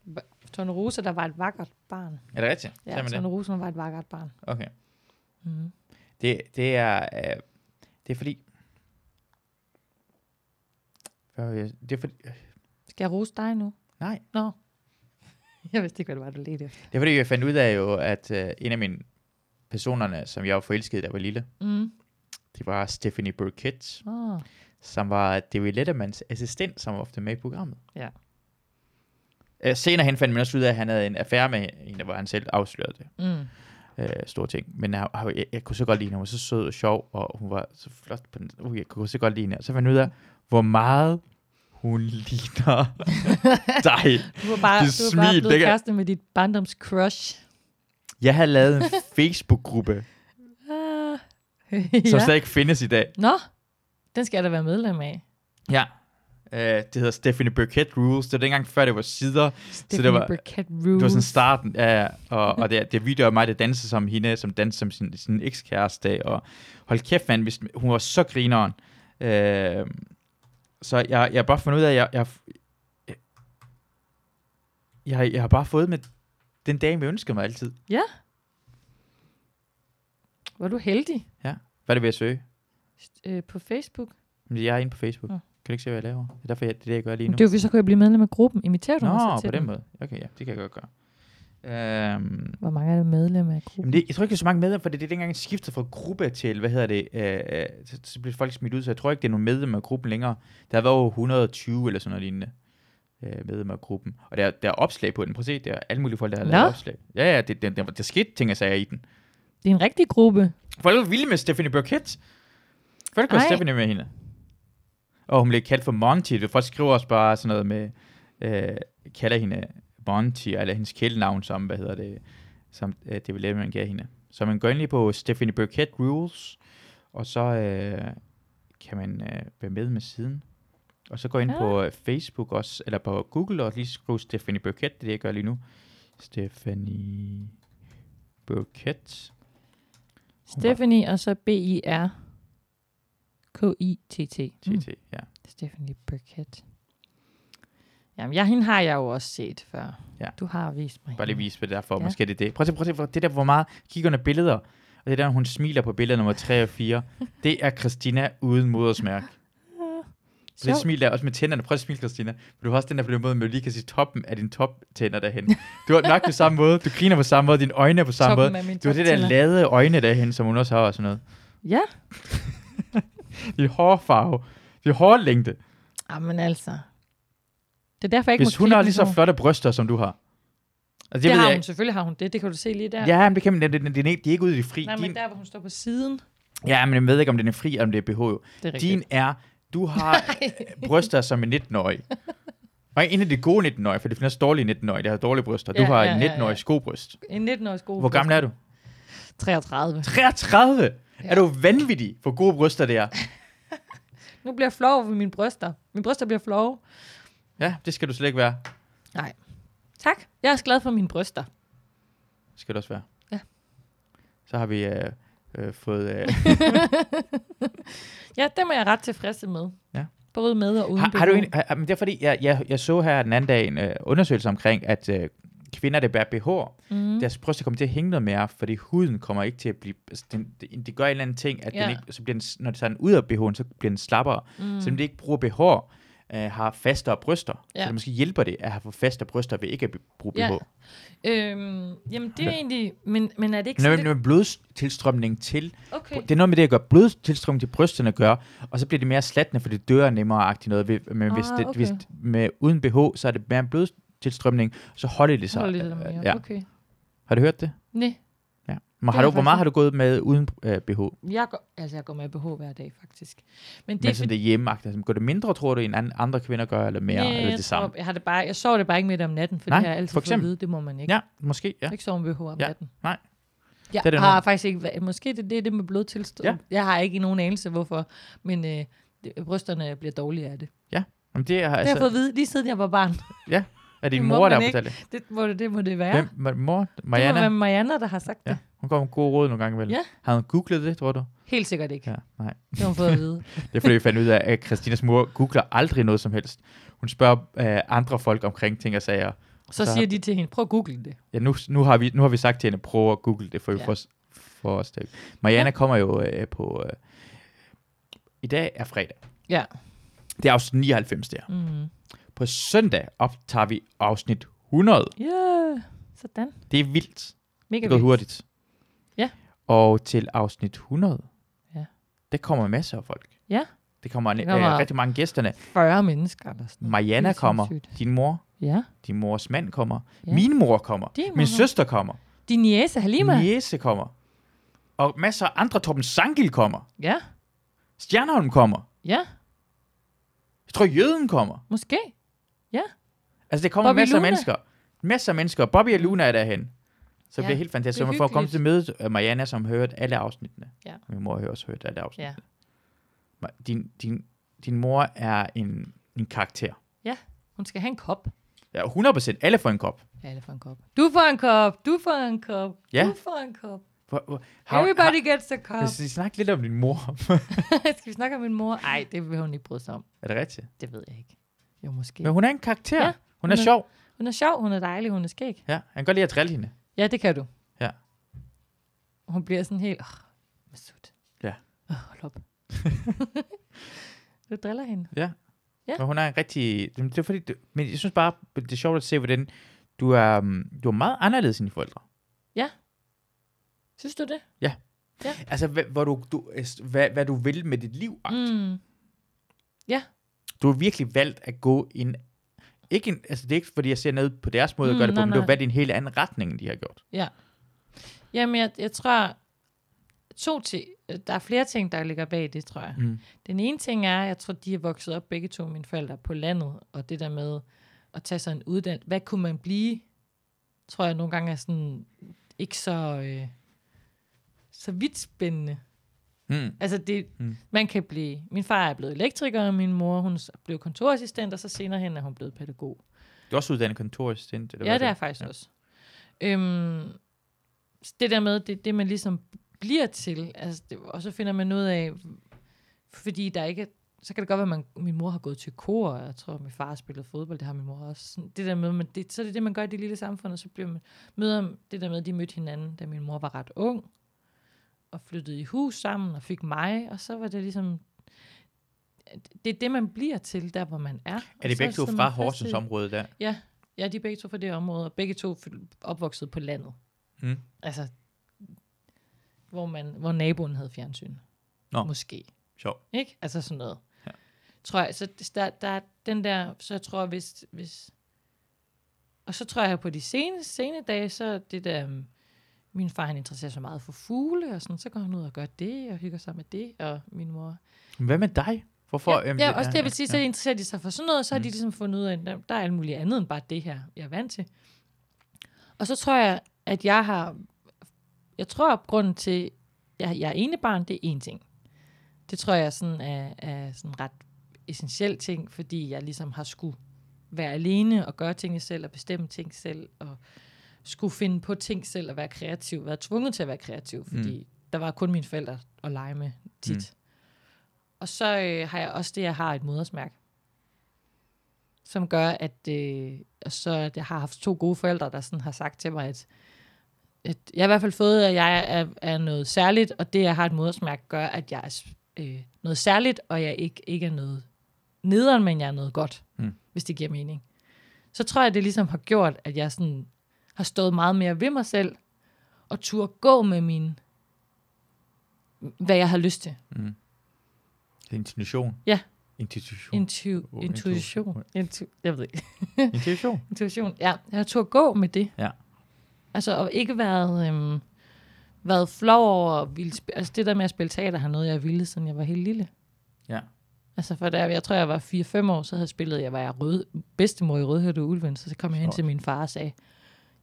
B: Va- Tone Rosa, der var et vakkert barn.
A: Er det rigtigt?
B: Ja,
A: Siger man det?
B: Tone Rosa var et vakkert barn.
A: Okay.
B: Mhm.
A: Det, det er... Øh, det er fordi... Hvad var jeg- Det er fordi,
B: Skal jeg rose dig nu?
A: Nej.
B: Nå. [laughs] Jeg vidste ikke, hvad det var, du ledte efter.
A: det er fordi, jeg fandt ud af jo, at øh, en af mine personerne, som jeg var forelsket, i, da jeg var lille,
B: Mm.
A: det var Stephanie Burkett,
B: Oh.
A: som var David Lettermans assistent, som var ofte med i programmet.
B: Ja.
A: Øh, senere hen fandt man også ud af, at han havde en affære med en, hvor han selv afslørede det.
B: Mm.
A: Øh, store ting. Men jeg, jeg, jeg, jeg kunne så godt lide hende. Hun var så sød og sjov, og hun var så flot. På den. Uh, jeg kunne så godt lide hende. Og så fandt jeg ud af, hvor meget hun
B: [laughs]
A: ligner dig.
B: Du var bare,
A: Det
B: du var bare
A: smil,
B: blevet
A: det kan-
B: kæreste med dit barndoms crush.
A: Jeg havde lavet en Facebook-gruppe,
B: [laughs] Ah.
A: som
B: ja.
A: slet ikke findes i dag.
B: Nå, den skal jeg da være medlem af.
A: Ja. Øh, det hedder Stephanie Burkett Rules. Det var dengang før, det var sider.
B: Stephanie
A: det var-
B: Burkett
A: Det
B: Rules.
A: var sådan starten, ja, og, og det, det video af mig, der danser som hende, som danser som sin, sin ekskæreste, og hold kæft, man, hvis, hun var så grineren. Øh, så jeg, jeg har bare fundet ud af, at jeg, jeg, jeg, jeg har bare fået med den dame, jeg ønskede mig altid.
B: Var du heldig
A: Hvad er det ved at søge?
B: øh, på Facebook?
A: Jamen, Jeg er inde på Facebook.
B: Nå.
A: Kan du ikke se, hvad jeg laver? Det er derfor, jeg, det er det, jeg gør lige nu.
B: Det er jo, så kunne jeg blive medlem af gruppen. Imiterer du mig så
A: Nå,
B: til
A: på den
B: den?
A: måde. Okay, ja, det kan jeg godt gøre. Øhm,
B: Hvor mange er der medlem af gruppen?
A: Jamen det, jeg tror ikke, det er så mange medlemmer, for det er dengang, jeg skiftede fra gruppe til, hvad hedder det, øh, øh, så, så blev folk smidt ud, så jeg tror ikke, det er nogen medlemmer af gruppen længere. Der har været over 120 eller sådan noget lignende øh, medlemmer af gruppen. Og der, er- der er opslag på den, prøv at se, der er alle mulige folk, der har lavet
B: Nå.
A: opslag. Ja, ja, det, det, det, der skete ting og sager i den.
B: Det er en rigtig gruppe.
A: Folk var vilde med Stephanie Burkett. Folk var
B: Ej.
A: Stephanie med hende. Og hun blev kaldt for Monty. Det folk skriver også bare sådan noget med, øh, kalder hende Monty, eller hendes kælenavn som, hvad hedder det, som øh, det vil man gav hende. Så man går ind lige på Stephanie Burkett Rules, og så øh, kan man øh, være med med siden. Og så gå ind
B: Ah.
A: på øh, Facebook også, eller på Google, og lige skrive Stephanie Burkett, det er det, jeg gør lige nu. Stephanie Burkett.
B: Stephanie, og så B-I-R. K-I-T-T. Mm.
A: TT, ja.
B: Stephanie Burkett. Jamen, jeg, hende har jeg jo også set før.
A: Ja.
B: Du har vist mig.
A: Bare lige
B: hende.
A: vise, hvad det er for.
B: Ja.
A: Ja. Måske er det det. Prøv at se, prøv at se, hvor- det der, hvor meget kigger under billeder. Og det der, hun smiler på billede nummer 3 og
B: [laughs]
A: 4. Det er Christina uden modersmærk. Så det
B: Sjovt.
A: smil der, også med tænderne. Prøv at smile, Christina. For du har også den der på den måde, med du lige kan se toppen af din toptænder
B: [laughs]
A: derhen. Du har nok på samme måde. Du griner på samme måde. Dine øjne er på samme
B: Toppen
A: måde.
B: af min
A: Du har det der
B: toptænder.
A: lade øjne derhen, som hun også har og sådan noget.
B: Ja,
A: [laughs] Din hårfarve. Din hårlængde.
B: Jamen altså. Det er derfor, jeg ikke
A: Hvis
B: må
A: hun
B: klippe
A: har
B: mig
A: lige så
B: sådan.
A: flotte bryster, som du har. Altså,
B: Det, det
A: ved
B: har
A: jeg
B: hun, selvfølgelig har hun det. Det kan du se lige der.
A: ikke. Ja, men det kan man, det, det, det, det, de er ikke ude i det fri.
B: Nej,
A: Din,
B: men der, hvor hun står på siden.
A: Ja, men jeg ved ikke, om den er fri, eller om det er BH. jo.
B: Det er rigtigt.
A: Din er, du
B: [laughs]
A: har bryster som en 19-årig. Og en af de gode 19-årige, for det findes dårlige 19-årige, der har dårlige bryster. Du
B: Ja,
A: har
B: ja,
A: en
B: ja,
A: 19-årig
B: ja.
A: skobryst.
B: En 19-årig god.
A: Hvor gammel er du?
B: 33.
A: 33!
B: Ja.
A: Er du vanvittig, hvor gode bryster det er?
B: Nu bliver jeg flov over mine bryster. Mine bryster bliver flove.
A: Ja, det skal du slet ikke være.
B: Nej. Tak. Jeg er også glad for mine [laughs] bryster.
A: Det skal du også være.
B: Ja.
A: Så har vi øh, øh, fået... Øh,
B: Ja, dem er jeg ret tilfredse med.
A: Ja.
B: Både med og [laughs] uden
A: har, har du
B: BH.
A: en, har, har- men det er fordi, jeg, jeg, jeg så her den anden dag en øh, undersøgelse omkring, at øh, kvinder, der bærer BH,
B: Mm.
A: deres bryster kommer til at hænge noget mere, fordi huden kommer ikke til at blive... Altså den, den, det gør en eller anden ting, at
B: Ja.
A: den ikke, så bliver den, s- når det tager den ud af BH'en, så bliver den slappere.
B: Mhm.
A: Mm. Så den ikke bruger BH, øh, har fastere bryster. Ja.
B: Ja.
A: Så det måske hjælper det at have for faste bryster ved ikke at be- bruge BH.
B: Ja,
A: Ja,
B: Øhm, jamen, det er egentlig... Men, men er det ikke
A: Når
B: sådan
A: man
B: lidt...
A: med blodtilstrømningen til,
B: Okay.
A: det er noget med det at gøre blodtilstrømning til brysterne gør, og så bliver det mere slatne, for det dør nemmere agtigt noget. ved- Men hvis,
B: Ah,
A: det,
B: okay.
A: hvis med, uden BH, så er det mere en blodtilstrømning, så holder det sig.
B: Hold lidt
A: Øh,
B: mere.
A: ja.
B: Okay.
A: Har du hørt det?
B: Nej,
A: Ja. Men
B: Det
A: har
B: har
A: du,
B: jeg
A: hvor meget
B: faktisk
A: har du gået med uden øh, BH?
B: jeg går, altså jeg går med BH hver dag, faktisk. Men
A: Det
B: det er
A: men sådan det hjemmeagtigt. Altså, går det mindre, tror du, end an- andre kvinder gør, eller mere,
B: Næh,
A: eller
B: jeg
A: det samme?
B: Tror, jeg, har det bare, jeg sover det bare ikke midt om natten, for
A: Nej,
B: det har jeg altid
A: for
B: fået at
A: eksempel.
B: vide, det må man ikke.
A: Ja, måske, ja.
B: Jeg har ikke sovet med BH om
A: Ja,
B: natten.
A: nej.
B: Jeg
A: Det er det
B: har
A: nu.
B: faktisk ikke været, måske det, det er det med blodtilstand.
A: Ja.
B: Jeg har ikke nogen anelse, hvorfor, men øh, det- brysterne bliver dårlige af det. Det
A: Jamen, det er,
B: har jeg fået
A: altså,
B: at vide, lige siden jeg var barn. [laughs]
A: er din
B: Det må
A: mor, der
B: man
A: har
B: ikke.
A: fortalt det?
B: Det må det, det, må det være.
A: Hvem? Ma- Mor?
B: Det må være
A: Mariana?
B: Marianne, der har sagt det.
A: Ja, hun går med gode råd nogle gange, vel?
B: Ja.
A: Har hun googlet det, tror du?
B: Helt sikkert ikke.
A: Ja, nej.
B: Det har hun fået at
A: [laughs]
B: vide.
A: Det er fordi, vi fandt ud af, at Christinas mor googler aldrig noget som helst. Hun spørger øh, andre folk omkring ting og sager.
B: Så
A: Så-
B: siger de til hende, prøv at google det.
A: Ja, nu, nu, har, vi, nu har vi sagt til hende, prøv at google det, for vi
B: Ja.
A: får os- får os det. Mariana kommer jo øh, på... Øh, I dag er fredag.
B: Ja.
A: Det er afsnit 99, det her.
B: Mm.
A: På søndag optager vi afsnit 100.
B: Yeah. Sådan.
A: Det er vildt.
B: Mega
A: Det går
B: vildt.
A: hurtigt.
B: Ja.
A: Og til afsnit 100,
B: Ja.
A: der kommer masser af folk.
B: Ja.
A: Det kommer,
B: Der
A: det
B: kommer-
A: Øh, rigtig mange af gæsterne.
B: 40 mennesker eller sådan noget.
A: Mariana
B: Helt
A: kommer.
B: sindssygt.
A: Din mor.
B: Ja.
A: Din mors mand kommer.
B: Ja.
A: Min mor kommer.
B: Din mor
A: Min
B: kommer.
A: søster kommer.
B: Din niece Halima.
A: Min jæse kommer. Og masser af andre. Torben Sangil kommer.
B: Ja.
A: Stjernholm kommer.
B: Ja.
A: Jeg tror, Jøden kommer.
B: Måske.
A: Altså, det kommer
B: Bobby
A: masser
B: Luna.
A: af mennesker. Masser af mennesker. Bobby og Luna er derhen. Så
B: Ja,
A: ja, det er helt fantastisk.
B: det
A: Så
B: er
A: man får komme
B: hyggeligt.
A: til mødet øh, Mariana, som har hørt alle afsnittene.
B: Ja.
A: Min mor har også hørt alle afsnittene.
B: Ja.
A: Ma- Din, din, din mor er en en karakter.
B: Hun skal have en kop.
A: Ja, 100% alle får en kop.
B: Alle får en kop. Du får en kop, du får en kop,
A: Ja.
B: du får en kop.
A: Hvor- hvor- har-
B: Everybody gets a
A: Har,
B: cup.
A: hvis vi snakker lidt om din mor.
B: [laughs]
A: [laughs]
B: skal vi snakke om min mor? Nej, det vil hun ikke bryde sig om.
A: er det rigtigt?
B: Det ved jeg ikke. Jo, måske.
A: Men hun er en karakter.
B: Ja,
A: Ja, hun
B: hun
A: er
B: er-
A: sjov.
B: Hun er sjov, hun er dejlig, hun er skæg.
A: Ja, han kan godt lide at trille hende.
B: Ja, det kan du.
A: Ja.
B: Hun bliver sådan helt, åh, oh, sut.
A: Ja.
B: Åh, oh, hold op. [laughs] du driller hende. Ja.
A: Men hun er en rigtig... Det er fordi, det, men jeg synes bare, det er sjovt at se, hvordan du er, mm, du er meget anderledes end dine forældre.
B: Synes du det?
A: Altså, hvad, hvor du, du, hvad, hvad du vil med dit liv. Mm. Du har virkelig valgt at gå i en... Ikke en, altså det er ikke, fordi jeg ser noget på deres måde mm, at
B: Mm,
A: gøre det på,
B: nej,
A: men du har
B: nej.
A: valgt i en helt anden retning, end de har gjort.
B: Jamen, jeg, jeg tror, to ting, der er flere ting, der ligger bag det, tror jeg.
A: Mm.
B: Den ene ting er, jeg tror, de er vokset op begge to, mine forældre, på landet, og det der med at tage sig en uddannelse. Hvad kunne man blive? Tror jeg nogle gange er sådan ikke så, øh, så vidt spændende.
A: Mm.
B: Altså, det,
A: Mm.
B: mm. man kan blive... Min far er blevet elektriker, og min mor, hun s- blev kontorassistent, og så senere hen er hun blevet pædagog.
A: Du er også uddannet kontorassistent. Eller
B: Det ja,
A: hvad
B: det er jeg faktisk
A: Ja.
B: ja. også. Øhm, s- det der med, det, det man ligesom bliver til, altså, det, og så finder man ud af, fordi der ikke er- så kan det godt være, at man, min mor har gået til kor, og jeg tror, at min far har spillet fodbold, det har min mor også. Sådan, Det der med, man, det, så er det det, man gør i det lille samfund, og så bliver man, møder det der med, at de mødte hinanden, da min mor var ret ung, og flyttede i hus sammen, og fik mig, og så var det ligesom, det er det, man bliver til, der hvor man er.
A: Er det begge to fra Horsens område der?
B: Ja, de er begge to fra det område, og begge to fø- opvokset på landet.
A: Mm.
B: Altså, hvor, man, hvor naboen havde fjernsyn.
A: Nå.
B: Måske.
A: Sjov.
B: Ikke? Altså sådan noget.
A: Ja.
B: Tror jeg, så det- der, der er den der, så jeg tror, hvis, hvis og så tror jeg på de sene, sene dage, så det der, øhm, min far han interesserer sig meget for fugle, og sådan, så går han ud og gør det, og hygger sig med det, og min mor
A: Hvad med dig? Hvorfor?
B: ja,
A: Øhm,
B: ja, også det, jeg vil sige, så interesserer de sig for sådan noget, og så har
A: Mm.
B: de ligesom fundet ud af, at der er alt muligt andet end bare det her, jeg er vant til. Og så tror jeg, at jeg har, jeg tror, at grunden til, at jeg, jeg er enebarn, det er én ting. Det tror jeg sådan er, er sådan en ret essentiel ting, fordi jeg ligesom har skulle være alene og gøre ting selv og bestemme ting selv og skulle finde på ting selv og være kreativ, være tvunget til at være kreativ, fordi der var kun mine forældre at lege med tit.
A: Mm.
B: Og så øh, har jeg også det, jeg har et modersmærke, som gør, at øh, og så at jeg har haft to gode forældre, der sådan har sagt til mig, at, at jeg har i hvert fald fået, at jeg er, er noget særligt, og det, jeg har et modersmærke, gør, at jeg er s- øh, noget særligt, og jeg ikke, ikke er noget nederen, men jeg er noget godt,
A: Mm.
B: mm. hvis det giver mening. Så tror jeg, det ligesom har gjort, at jeg sådan har stået meget mere ved mig selv, og turde gå med min, hvad jeg har lyst til.
A: Det er intuition.
B: Ja.
A: Intuition.
B: Intu,
A: Oh,
B: intuition. Intu, jeg ved ikke. [laughs]
A: intuition.
B: Intuition, ja. Jeg har turde gå med det.
A: Ja.
B: Altså, og ikke været, øhm, været flov over at ville spille. Altså, det der med at spille teater har noget, jeg ville, siden jeg var helt lille.
A: Ja.
B: Altså, for da jeg tror, jeg var 4-5 år, så havde jeg spillet, jeg var jeg rød, bedstemor i Rødhørte Ulven, så, så kom jeg hen
A: Sjovt.
B: til min far og sagde,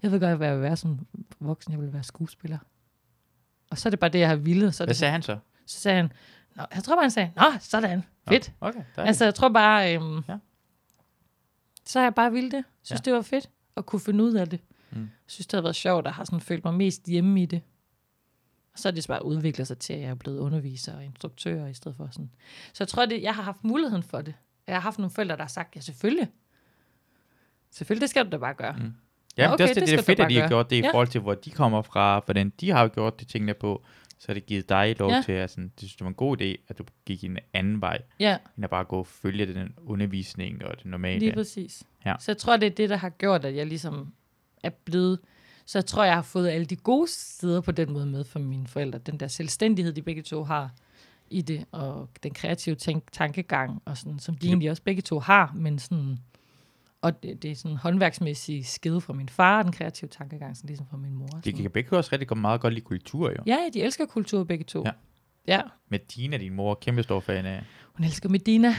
B: jeg ved godt, hvad jeg vil være som voksen, jeg vil være skuespiller. Og så er det bare det, jeg har ville. og Så, er
A: Hvad
B: det, så
A: sagde han så?
B: sagde han, Nå, jeg tror bare, han sagde, Nå, sådan,
A: Nå,
B: fedt.
A: Okay, der
B: Altså, jeg tror bare, øhm,
A: Ja.
B: ja. så har jeg bare ville det. Synes,
A: Ja.
B: ja. det var fedt at kunne finde ud af det.
A: Mm.
B: Mm. Synes, det har været sjovt, og har sådan følt mig mest hjemme i det. Og så er det så bare udviklet sig til, at jeg er blevet underviser og instruktør i stedet for sådan. Så jeg tror, det, jeg har haft muligheden for det. Jeg har haft nogle forældre, der har sagt, ja, selvfølgelig. Selvfølgelig, det skal du da bare gøre.
A: Mm. Ja, men
B: Nå,
A: okay, det er også det,
B: okay, det
A: det, det er
B: skal
A: fedt,
B: du
A: at de
B: bare
A: har
B: gøre.
A: gjort det i
B: Ja.
A: forhold til, hvor de kommer fra, hvordan de har gjort de ting der på, så har det givet dig lov
B: Ja.
A: til, at sådan, det synes det var en god idé, at du gik en anden vej,
B: Ja.
A: end at bare gå og følge den undervisning og det normale.
B: Lige præcis.
A: Ja.
B: Så jeg tror, det er det, der har gjort, at jeg ligesom er blevet... Så jeg tror, jeg har fået alle de gode sider på den måde med fra mine forældre. Den der selvstændighed, de begge to har i det, og den kreative tænk- tankegang, og sådan, som de
A: Ja.
B: egentlig også begge to har, men sådan... Og det, det er sådan håndværksmæssige skede fra min far, og den kreative tankegang, sådan ligesom fra min mor.
A: Det
B: sådan.
A: kan begge også rigtig godt- meget godt lide kultur, jo. Ja.
B: Ja, ja, de elsker kultur begge to.
A: Ja.
B: ja.
A: Med Tina, din mor, kæmpe stor fan af.
B: Hun elsker Medina.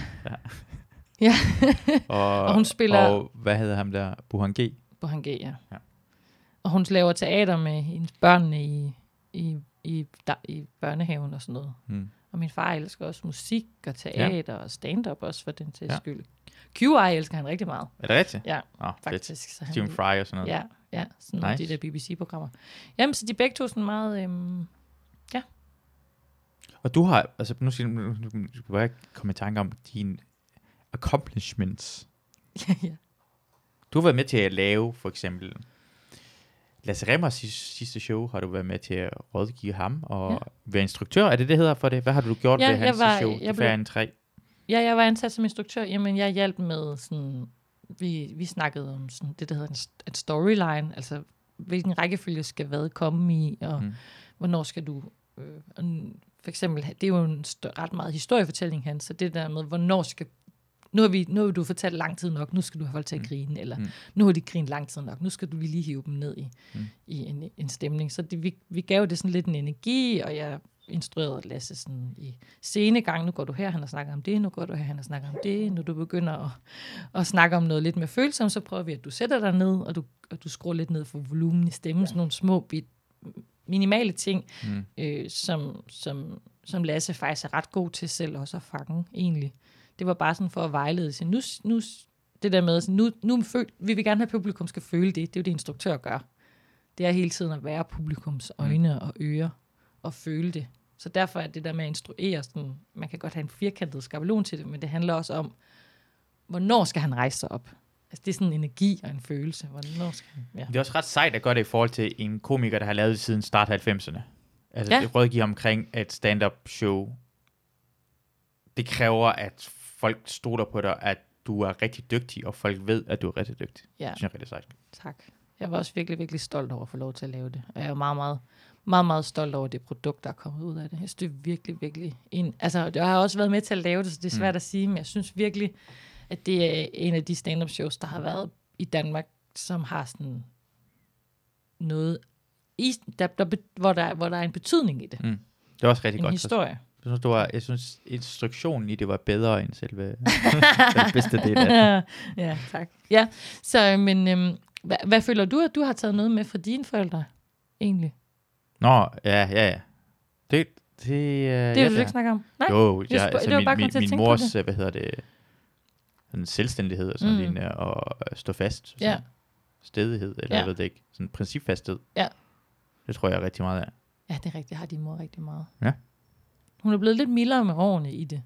A: Og,
B: [laughs] Og hun spiller-
A: Og hvad hedder ham der? Buhan G.
B: på Hangea.
A: Ja.
B: Ja. Og hun laver teater med hendes børnene i, i, i, der, i børnehaven og sådan noget.
A: Mm.
B: Og min far elsker også musik og teater ja. og stand-up også for den til
A: Ja.
B: ja. skyld. QI elsker han rigtig meget,
A: Er det rigtigt?
B: Ja,
A: oh,
B: faktisk. Så han,
A: Stephen Fry og sådan noget.
B: Ja, ja sådan nogle nice.
A: Nice.
B: de der BBC-programmer. Jamen, så de er begge to sådan meget... Øhm,
A: Og du har, altså nu siger nu- nu- nu skal jeg ikke komme i tanke om dine accomplishments.
B: [laughs] ja, ja.
A: Du har været med til at lave, for eksempel, Lasse Remmers sidste, sidste show har du været med til at rådgive ham og
B: Ja.
A: ja. være instruktør. Er det det, hedder for det? Hvad har du gjort
B: Ja,
A: ved
B: jeg
A: hans
B: var-
A: show?
B: jeg
A: Jeg
B: blev-
A: blev... en tre.
B: ja, jeg var ansat som instruktør. Jamen, jeg hjalp med sådan... Vi, vi snakkede om sådan det, der hedder en, st- en storyline. Altså, hvilken rækkefølge skal hvad komme i, og mm.
A: Mm.
B: hvornår skal du... Øh, og n- for eksempel, det er jo en st- ret meget historiefortælling, han, så det der med, hvornår skal... Nu har, vi, nu har du fortalt lang tid nok, nu skal du have folk til at grine, eller
A: Mm.
B: nu har de grinet lang tid nok, nu skal du lige hive dem ned i, mm.
A: Mm.
B: i en, en stemning. Så det, vi, vi gav det sådan lidt en energi, og jeg instruerede Lasse sådan i scenegang, nu går du her, han har snakket om det, nu går du her, han har snakket om det, nu du begynder at, at snakke om noget lidt mere følsomt, så prøver vi, at du sætter dig ned, og du, og du skruer lidt ned for volumen i stemmen, sådan nogle små bit, minimale ting,
A: Mm.
B: øh, som, som, som Lasse faktisk er ret god til selv også at fange, egentlig. Det var bare sådan for at vejlede sig. Nu, nu, det der med, sådan, nu, nu føl, vi vil gerne have, at publikum skal føle det. Det er jo det, instruktør gør. Det er hele tiden at være publikums øjne og ører og føle det. Så derfor er det der med at instruere, sådan, man kan godt have en firkantet skabelon til det, men det handler også om, hvornår skal han rejse sig op? Altså, det er sådan en energi og en følelse. Hvornår skal han, ja.
A: Det er også ret sejt at gøre det i forhold til en komiker, der har lavet det siden start af 90'erne. Altså,
B: Ja.
A: ja. rådgive omkring et stand-up show. Det kræver, at folk stoler på dig, at du er rigtig dygtig, og folk ved, at du er rigtig dygtig.
B: Ja.
A: Det synes jeg er rigtig sejt.
B: Tak. Jeg var også virkelig, virkelig stolt over at få lov til at lave det. Og jeg er meget, meget, meget, meget stolt over det produkt, der er kommet ud af det. Jeg synes, det er virkelig, virkelig en... Altså, jeg har også været med til at lave det, så det er svært mm. at sige, men jeg synes virkelig, at det er en af de stand-up shows, der har været i Danmark, som har sådan noget... I, der, der, be- hvor, der, hvor der er en betydning i det.
A: Det er også rigtig
B: En
A: godt.
B: historie.
A: Jeg synes, det var, jeg synes, instruktionen i det var bedre end selve
B: [laughs]
A: den bedste del af det.
B: ja, tak. Ja, så, men øhm, hvad, hvad føler du, at du har taget noget med fra dine forældre, egentlig?
A: Nå, ja, ja, ja. Det, det, uh,
B: Det vil du ikke snakke om? Nej?
A: Jo,
B: Jeg
A: jeg,
B: spurg-
A: altså,
B: det var
A: min,
B: bare kommet
A: min,
B: til at
A: min
B: tænke på
A: mors, øh, hvad hedder det, sådan selvstændighed og sådan
B: Mm.
A: mm. lignende, og øh, stå fast, sådan
B: Ja.
A: stedighed, eller
B: Ja.
A: jeg ved det ikke, sådan principfasthed.
B: Ja.
A: Det tror jeg rigtig meget af.
B: Ja, det er rigtigt. Det har din mor rigtig meget.
A: Ja.
B: Hun er blevet lidt mildere med årene i det.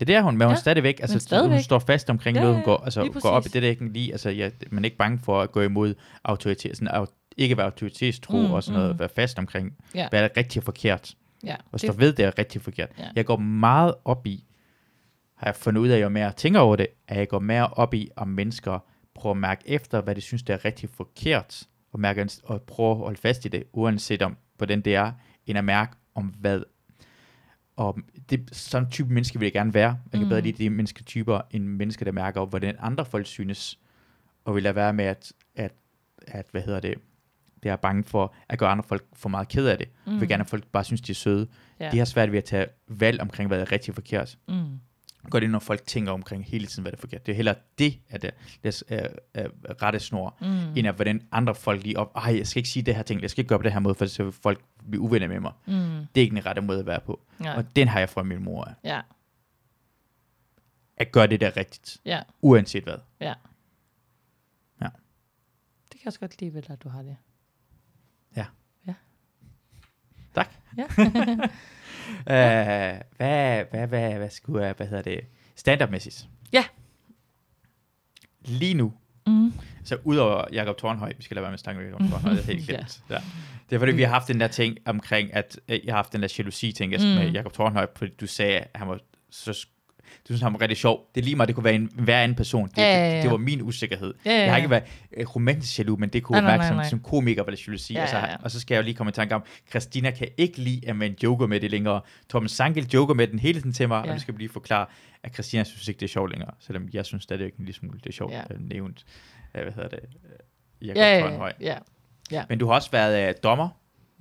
A: Det er der hun, men hun
B: Ja,
A: ja. stadigvæk, altså
B: stadigvæk.
A: hun står fast omkring
B: Ja,
A: ja, noget,
B: ja,
A: hun går, altså,
B: lige
A: går op i
B: præcis.
A: det, der ikke lige, altså ja, man er ikke bange for at gå imod autoritet, sådan, au, ikke være autoritetstro
B: Mm,
A: mm, og sådan noget,
B: mm.
A: mm. være fast omkring,
B: Ja.
A: ja. hvad der er rigtigt og forkert.
B: Ja,
A: og står
B: det,
A: ved, det er rigtig forkert.
B: Ja.
A: Ja. Jeg går meget op i, har jeg fundet ud af, jo mere jeg tænker over det, at jeg går mere op i, om mennesker prøver at mærke efter, hvad de synes, der er rigtig forkert, og, mærke, og prøver at holde fast i det, uanset om, hvordan det er, end at mærke om hvad. Og det, sådan type menneske vil jeg gerne være. Jeg kan
B: Mm.
A: bedre lide de mennesketyper, end mennesker, der mærker, hvordan andre folk synes, og vil lade være med at, at, at hvad hedder det, det er jeg bange for, at gøre andre folk for meget ked af det. Mm. Jeg vil gerne, at folk bare synes, de er søde.
B: Ja.
A: Ja. De har svært ved at tage valg omkring, hvad der er rigtigt og forkert.
B: mm,
A: Godt det, når folk tænker omkring hele tiden, hvad der er forkert. Det er hellere det, at det deres øh, øh, rette snor,
B: mm,
A: mm. end at hvordan andre folk lige op, ej, jeg skal ikke sige det her ting, jeg skal ikke gøre på den her måde, for så vil folk blive uvenner med mig.
B: mm,
A: Det er ikke den rette måde at være på.
B: ja,
A: Og den har jeg fra min mor af.
B: ja,
A: At gøre det der rigtigt,
B: ja,
A: uanset hvad.
B: ja.
A: Ja.
B: Det kan jeg også godt lide ved dig, at du har det.
A: Ja. Øh, hvad, hvad, hvad, hvad skulle jeg, hvad hedder det, standardmæssigt?
B: Ja.
A: Lige nu,
B: [laughs] Mm.
A: Så udover Jakob Tornhøj, vi skal lade være med at snakke om Jakob Tornhøj, det er helt
B: [laughs] Ja.
A: glemt. ja. Det er fordi, vi har haft den der ting omkring, at øh, jeg har haft den der jalousi-ting mm.
B: Mm.
A: med Jakob Tornhøj, fordi du sagde, at han var så... sk- Du synes, han var rigtig sjov. Det er lige meget, det kunne være en hver anden person. Det,
B: Ja, ja, ja.
A: det, det var min usikkerhed.
B: Ja, ja,
A: Jeg har ikke
B: ja.
A: været øh, romantisk jaloux, men det kunne
B: Nej,
A: jeg
B: nej,
A: mærke
B: nej,
A: som,
B: nej.
A: som komiker, var det jalousi.
B: Ja,
A: og, så,
B: ja, ja.
A: og så skal jeg jo lige komme i tanke om, Christina kan ikke lide, at man joker med det længere. Torben Sankel joker med den hele tiden til mig,
B: Ja.
A: og nu skal vi lige forklare, at Christina synes ikke, det er sjovt længere, selvom jeg synes stadigvæk en lille smule, det er sjovt
B: Ja.
A: ja. nævnt. øh, Hvad hedder det? øh, Jakob
B: Ja,
A: ja,
B: ja,
A: Tornhøj.
B: ja, ja.
A: Men du har også været øh, dommer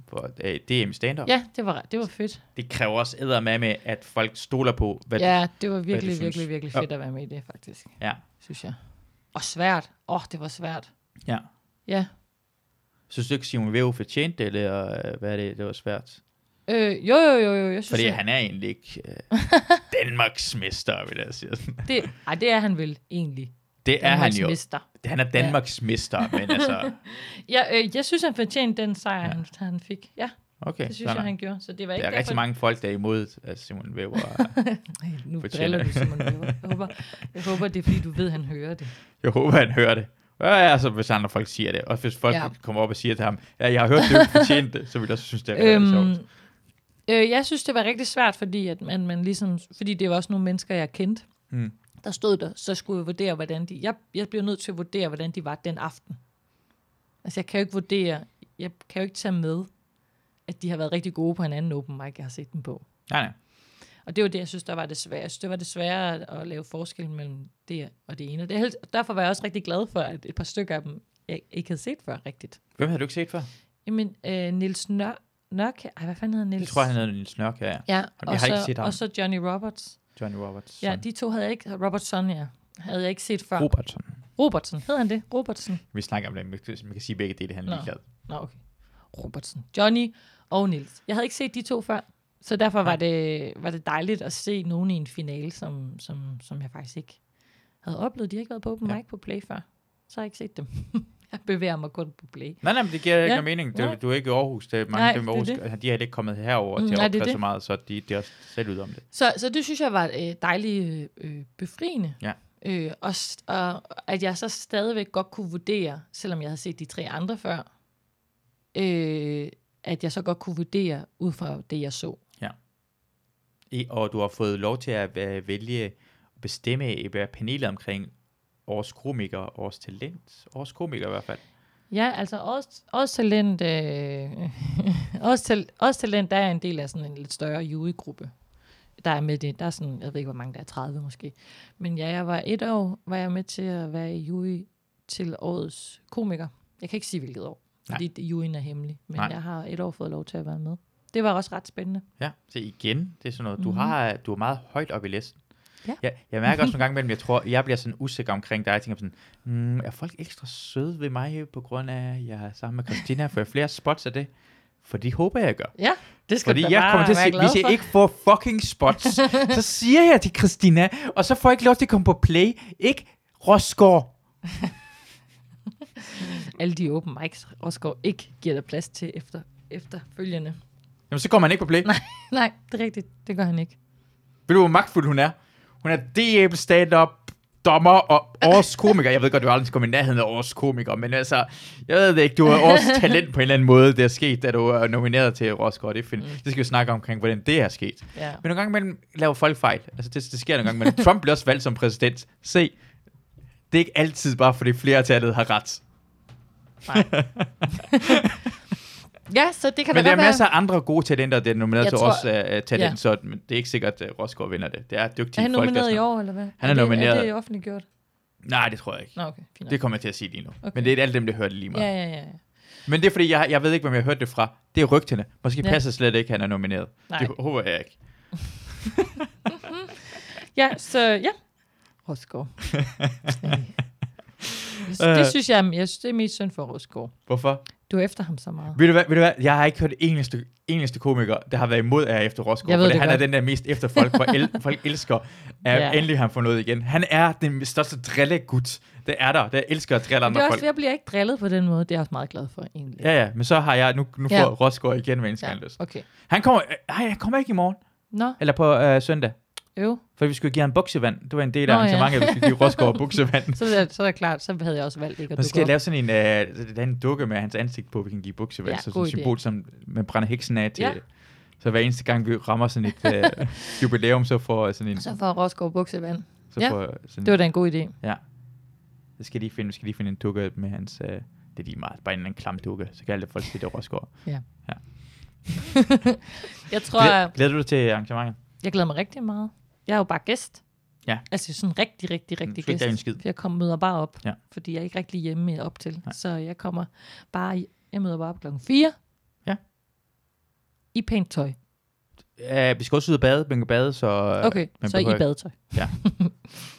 A: på øh, DM i stand-up.
B: ja det, var, det var fedt.
A: Det kræver også æder med, med, at folk stoler på, hvad ja.
B: Ja, det var virkelig,
A: synes.
B: virkelig, virkelig
A: Ja.
B: fedt at være med i det, faktisk,
A: du... Ja.
B: synes jeg. Og svært. Åh, oh, det var svært.
A: ja.
B: Ja,
A: Synes du ikke, Simon Væv fortjente det, eller øh, hvad er det? Det var svært.
B: Øh, jo, jo, jo, jo, jeg synes,
A: Fordi
B: at-
A: han er egentlig ikke
B: [laughs]
A: øh, Danmarks mester, vil jeg sige.
B: Det, ej, det er han vel egentlig.
A: Det er han
B: Danmarks
A: jo.
B: Mester.
A: Han er Danmarks mester, men
B: [laughs]
A: altså...
B: Ja, øh, jeg synes, han fortjente den sejr, ja. han, han fik. Ja,
A: Okay,
B: det synes jeg,
A: sådan.
B: han gjorde. Så det var ikke
A: Der er
B: derfor,
A: rigtig mange folk, der er imod at Simon Weber.
B: Ej, nu
A: fortjener
B: driller du Simon Weber. Jeg håber, jeg håber, det er, fordi du ved, han hører det.
A: Jeg håber, han hører det. Ja, altså, hvis andre folk siger det. Og hvis folk ja.
B: Ja.
A: kommer op og siger til ham, ja, jeg har hørt det, du fortjente det, så vil jeg også synes, det er øhm, sjovt.
B: øh, jeg synes, det var rigtig svært, fordi, at man, man ligesom, fordi det var også nogle mennesker, jeg kendte.
A: Mm.
B: Der stod der, så skulle jeg vurdere, hvordan de... Jeg, jeg blev nødt til at vurdere, hvordan de var den aften. Altså, jeg kan jo ikke vurdere... Jeg kan jo ikke tage med, at de har været rigtig gode på en anden open mic, jeg har set dem på.
A: Nej, nej.
B: Og det var det, jeg synes, der var det svære. Jeg synes, det var det svære at lave forskel mellem det og det ene. Og det er helt, og derfor var jeg også rigtig glad for, at et par stykker af dem, jeg ikke havde set før rigtigt.
A: Hvem havde du ikke set før?
B: Jamen, øh, Nils Nør, Nørke, ej, hvad fanden hedder Nils?
A: Det tror jeg, han hedder Nils Nørk, ja. ja.
B: Ja,
A: jeg
B: og,
A: har
B: så,
A: ikke set ham.
B: og så Johnny Roberts.
A: Johnny Roberts.
B: Ja, de to havde jeg ikke, Robertson, ja, havde jeg ikke set før.
A: Robertson.
B: Robertson, hed han det? Robertson?
A: Vi snakker om det, man kan- man kan sige begge dele, han er
B: Nå.
A: ligeglad.
B: Nå, okay. Robertson. Johnny og Nils. Jeg havde ikke set de to før, så derfor var det, var det dejligt at se nogen i en finale, som, som, som jeg faktisk ikke havde oplevet. De har ikke været på open
A: Ja.
B: mic på Play før, så har jeg ikke set dem. [laughs] jeg bevæger mig kun på Play.
A: Nej, nej, men det giver ikke
B: Ja,
A: ja. mening. Du,
B: nej.
A: du er ikke i Aarhus. Det er mange
B: Nej,
A: af dem i
B: det er
A: Aarhus,
B: det.
A: det. de er ikke kommet herover
B: Mm,
A: til at
B: nej, det er
A: optræde så
B: det.
A: meget, så de, de er også selv ud om det.
B: Så, så det synes jeg var øh, dejligt øh, befriende.
A: Ja.
B: Øh, og, s- og at jeg så stadigvæk godt kunne vurdere, selvom jeg havde set de tre andre før, øh, at jeg så godt kunne vurdere ud fra det, jeg så.
A: I, og du har fået lov til at øh, vælge og bestemme i hver panelet omkring års komiker, års talent, års komiker i hvert fald.
B: Ja, altså årets, årets talent, øh, [laughs] årets, tal, årets talent, der er en del af sådan en lidt større jurygruppe. Der er med det, der er sådan, jeg ved ikke, hvor mange der er, 30 måske. Men ja, jeg var et år, var jeg med til at være i jury til årets komiker. Jeg kan ikke sige, hvilket år,
A: Nej.
B: fordi det- juryen er hemmelig. Men
A: Nej.
B: Nej. jeg har et år fået lov til at være med. Det var også ret spændende.
A: Ja, så igen, det er sådan noget, du, har, du er meget højt op i listen.
B: Mhm. Ja.
A: Jeg, jeg mærker også nogle gange imellem, jeg tror, jeg bliver sådan usikker omkring dig. Jeg tænker sådan, mm, er folk ekstra søde ved mig, på grund af, at jeg er sammen med Christina? Får jeg flere spots af det? For det håber jeg, jeg gør.
B: Ja, det skal
A: Fordi
B: du da
A: jeg
B: bare
A: kommer til at
B: være
A: sige,
B: glad
A: hvis
B: for.
A: jeg ikke får fucking spots, så siger jeg til Christina, og så får jeg ikke lov til at komme på play. Ikke Rosgaard.
B: Alle de open mics, Oscar ikke giver dig plads til efter, efterfølgende.
A: Jamen, så kommer man ikke på play. Nej.
B: Nej, det er rigtigt. Det gør han ikke.
A: Ved du, hvor magtfuld hun er? Hun er DM stand-up dommer og års komiker. Jeg ved godt, du aldrig kommer i nærheden af års komiker, men altså, jeg ved det ikke, du er års talent på en eller anden måde, det er sket, da du er nomineret til Rosgaard. Det, er fint. det skal vi snakke omkring, hvordan det er sket.
B: Ja.
A: Men nogle gange imellem laver folk fejl. Altså, det, det sker nogle gange imellem. [laughs] Trump bliver også valgt som præsident. Se, det er ikke altid bare, fordi flertallet har ret.
B: Ja, så det kan
A: Men
B: da
A: der er
B: godt være.
A: masser af andre gode talenter, der er nomineret
B: Jeg
A: til
B: tror-
A: også uh, talent,
B: Ja.
A: så men det er ikke sikkert, at Rosgaard vinder det. Det er dygtige
B: Er han
A: folk. der
B: nomineret i
A: sådan-
B: år, eller hvad?
A: Han er nomineret.
B: Det, er det offentliggjort?
A: Nej, det tror jeg ikke.
B: Nå, okay. Fint.
A: Det kommer jeg til at sige lige nu. Okay.
B: Okay.
A: Men det er alt dem, der hører det lige meget.
B: ja,
A: Ja.
B: ja, ja. ja.
A: Men det er fordi, jeg, jeg ved ikke, hvem jeg hørte det fra. Det er rygterne. Måske
B: Ja.
A: passer slet ikke, at han er nomineret.
B: Nej.
A: Det håber jeg ikke.
B: Ja, så ja. Rosgaard. [laughs] det,
A: Øh.
B: det synes jeg, jeg synes, det er mest synd for Rosgaard.
A: Hvorfor?
B: Du er efter ham så meget.
A: Ved du hvad? Ved du hvad? Jeg har ikke hørt eneste, eneste komiker, der har været imod af efter Rosgaard.
B: Jeg ved
A: fordi
B: det
A: han
B: godt.
A: er den der mest efter folk, for el, folk
B: [laughs]
A: elsker. At
B: Ja.
A: Endelig har han fået noget igen. Han er den største drillegud. Det er der. Der elsker at drille
B: Men det
A: andre
B: er
A: folk.
B: også, jeg bliver ikke drillet på den måde. Det er jeg også meget glad for, egentlig.
A: Ja, ja. Men så har jeg... Nu, nu
B: Ja.
A: får Rosgaard igen, hvad en skal ja.
B: okay.
A: Han kommer, øh, ej, han kommer ikke i morgen.
B: Nå,
A: Eller på øh, søndag.
B: øv.
A: For vi skulle give ham buksevand. Det var en del
B: Nå,
A: af
B: ja.
A: arrangementet, at vi skulle give
B: [laughs]
A: Rosgaard buksevand.
B: Så er, det, så er det klart, så havde jeg også valgt ikke at
A: Så skal jeg
B: dukke
A: lave
B: op.
A: sådan en, øh, der er en dukke med hans ansigt på, vi kan give buksevand.
B: Ja,
A: så sådan
B: god
A: et
B: idé.
A: symbol, som man brænder heksen af til.
B: Ja.
A: Så hver eneste gang, vi rammer sådan et øh,
B: [laughs]
A: jubilæum, så får sådan en...
B: Så får Rosgaard buksevand.
A: Så
B: ja.
A: får sådan,
B: Det var da en god idé. [laughs]
A: det skal jeg lige finde, vi skal lige finde en dukke med hans... Øh, det er lige meget, bare en eller anden klam dukke, så kan alle folk se det er Rosgaard.
B: Jeg tror,
A: Glæder, glæder du dig til arrangementet?
B: Jeg glæder mig rigtig meget. Jeg er jo bare gæst.
A: Ja.
B: Altså sådan rigtig, rigtig, rigtig
A: skal ikke
B: gæst.
A: lave en skid.
B: For jeg kommer møder bare op,
A: Ja.
B: fordi jeg er ikke rigtig hjemme op til. Nej. Så jeg kommer bare, i- jeg møder bare op klokken 4.
A: Ja.
B: I pænt tøj.
A: Uh, vi skal også ud og bade, man kan bade, så... øh,
B: Okay,
A: man
B: så i
A: behøver-
B: badetøj.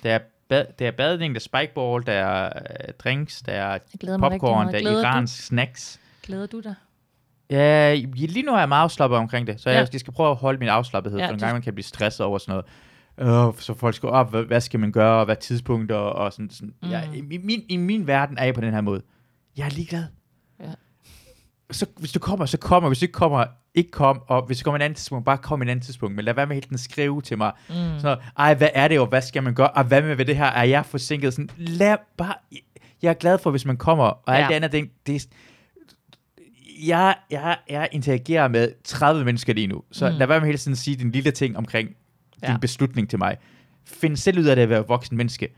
A: Der er, bad, der er badning, der er spikeball, der er øh, drinks, der er
B: Jeg glæder mig rigtig
A: popcorn,
B: meget.
A: der er
B: Glæder,
A: iransk snacks.
B: du, glæder du dig?
A: Ja, lige nu er jeg meget afslappet omkring det, så jeg,
B: Ja.
A: jeg skal prøve at holde min afslappethed,
B: Ja,
A: ja, for en
B: du-
A: gang man kan blive stresset over sådan noget. Øh, så folk skal op, hvad, hvad skal man gøre, og hvad tidspunkt, og, og sådan. sådan. Mm. Jeg, i, min, I min verden er jeg på den her måde. Jeg er ligeglad.
B: Ja.
A: Så, hvis du kommer, så kommer. Hvis du ikke kommer, ikke kom. Og hvis du kommer en anden tidspunkt, bare kom en anden tidspunkt. Men lad være med hele den skrive til mig. Mm. Sådan noget, Ej, hvad er det, og hvad skal man gøre? Og hvad med ved det her? Er jeg forsinket? Sådan, lad bare... Jeg er glad for, hvis man kommer. Og alt
B: Ja.
A: det andet, det, det er jeg, jeg, jeg interagerer med 30 mennesker lige nu, så mm. lad være med hele tiden at sige din lille ting omkring ja.
B: Ja.
A: din beslutning til mig. Find selv ud af det at være et voksen menneske.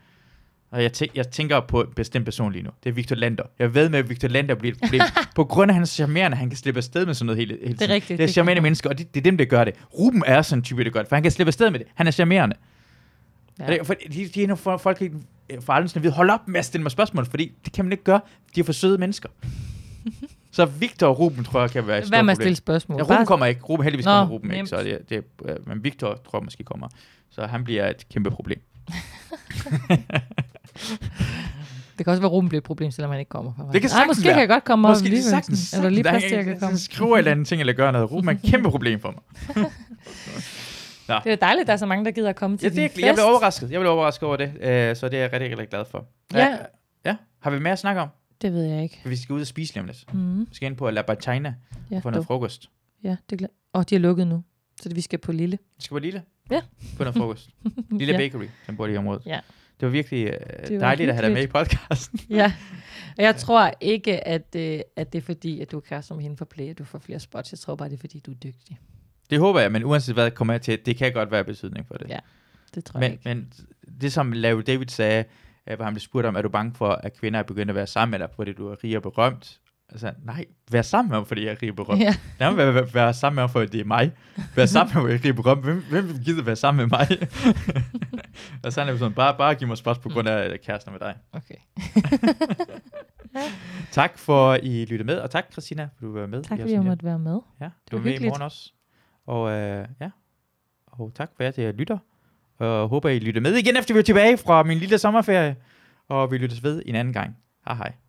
A: Og jeg, tæ- jeg tænker på en bestemt person lige nu. Det er Victor Lander. Jeg ved med, at Victor Lander bliver et
B: [laughs]
A: problem. på grund af hans charmerende, han kan slippe afsted med sådan noget hele, hele tiden.
B: rigtigt,
A: Det er
B: det
A: charmerende
B: kan-
A: mennesker, og det, det er dem, der gør det. Ruben er sådan en type, der gør det, for han kan slippe afsted med det. Han er charmerende.
B: Ja.
A: Ja. Det, for, de, de er nogle folk, folk ikke- for aldrig sådan at vide, hold op med at stille mig spørgsmål, fordi det kan man ikke gøre. De er for søde mennesker.
B: [laughs]
A: så Victor og Ruben, tror jeg, kan være et stort
B: Hvad med at
A: problem.
B: stille spørgsmål?
A: Ja, Ruben kommer ikke. Ruben, heldigvis
B: Nå,
A: kommer Ruben ikke,
B: nemt.
A: så det, det, øh, men Victor tror jeg måske kommer. Så han bliver et kæmpe problem.
B: Det kan også være, at Ruben bliver et problem, selvom han ikke kommer. faktisk.
A: Det kan
B: Ej,
A: sagtens
B: måske kan
A: være.
B: jeg godt komme
A: Måske
B: op
A: det
B: alligevel,
A: sagtens.
B: sådan. Er der lige plads til, at jeg kan komme?
A: skriver et eller andet ting, eller gør noget. Ruben er et kæmpe problem for mig.
B: Det er jo dejligt, at der er så mange, der gider at komme [laughs] til
A: Ja, det er,
B: din fest.
A: jeg blev overrasket. Jeg blev overrasket over det, øh, så det er jeg rigtig, rigtig glad for.
B: Ja.
A: ja. Har vi mere at snakke om?
B: Det ved jeg ikke.
A: Vi skal ud og spise lige om lidt.
B: Mm.
A: Vi skal ind på La Bataina
B: Ja,
A: og få noget
B: dog.
A: frokost.
B: ja, det er glad. Og de er lukket nu, så det, vi skal på Lille.
A: Vi skal på Lille.
B: Ja.
A: På noget
B: [laughs]
A: frokost. [laughs] Lille
B: ja.
A: Bakery, den bor lige i området.
B: Ja.
A: Det var virkelig øh,
B: var
A: dejligt at have dig med i
B: hyggeligt.
A: podcasten. [laughs]
B: Ja, og jeg tror ikke, at, øh, at det er fordi, at du kan som hende for play, at du får flere spots. Jeg tror bare, det er fordi, du er dygtig.
A: Det håber jeg, men uanset hvad kommer jeg til, det kan godt være betydning for det.
B: Ja, Det tror jeg
A: men,
B: ikke.
A: men det som Larry David sagde, øh, hvor han blev spurgt om, er du bange for, at kvinder er begyndt at være sammen med dig, fordi du er rig og berømt? Altså, nej, vær sammen med ham, fordi jeg er rig og
B: [laughs]
A: berømt.
B: Ja,
A: Lad mig være, være, være sammen med ham, fordi det er mig. Vær sammen med ham, fordi jeg er rig og berømt. Hvem, hvem vil gide være sammen med mig? [laughs] og så er det sådan, bare, bare giv mig spørgsmål på grund af at kæresten er med dig.
B: okay.
A: [laughs] Tak for, at I lyttede med, og tak, Christina, for du var med.
B: Tak
A: i
B: fordi jeg
A: afsnit.
B: måtte være med.
A: Ja,
B: var
A: du var med i
B: hyggeligt.
A: morgen også. Og øh, ja, og tak for jer, der lytter. Og håber, I lytter med igen, efter vi er tilbage fra min lille sommerferie. Og vi lyttes ved en anden gang. Hej hej.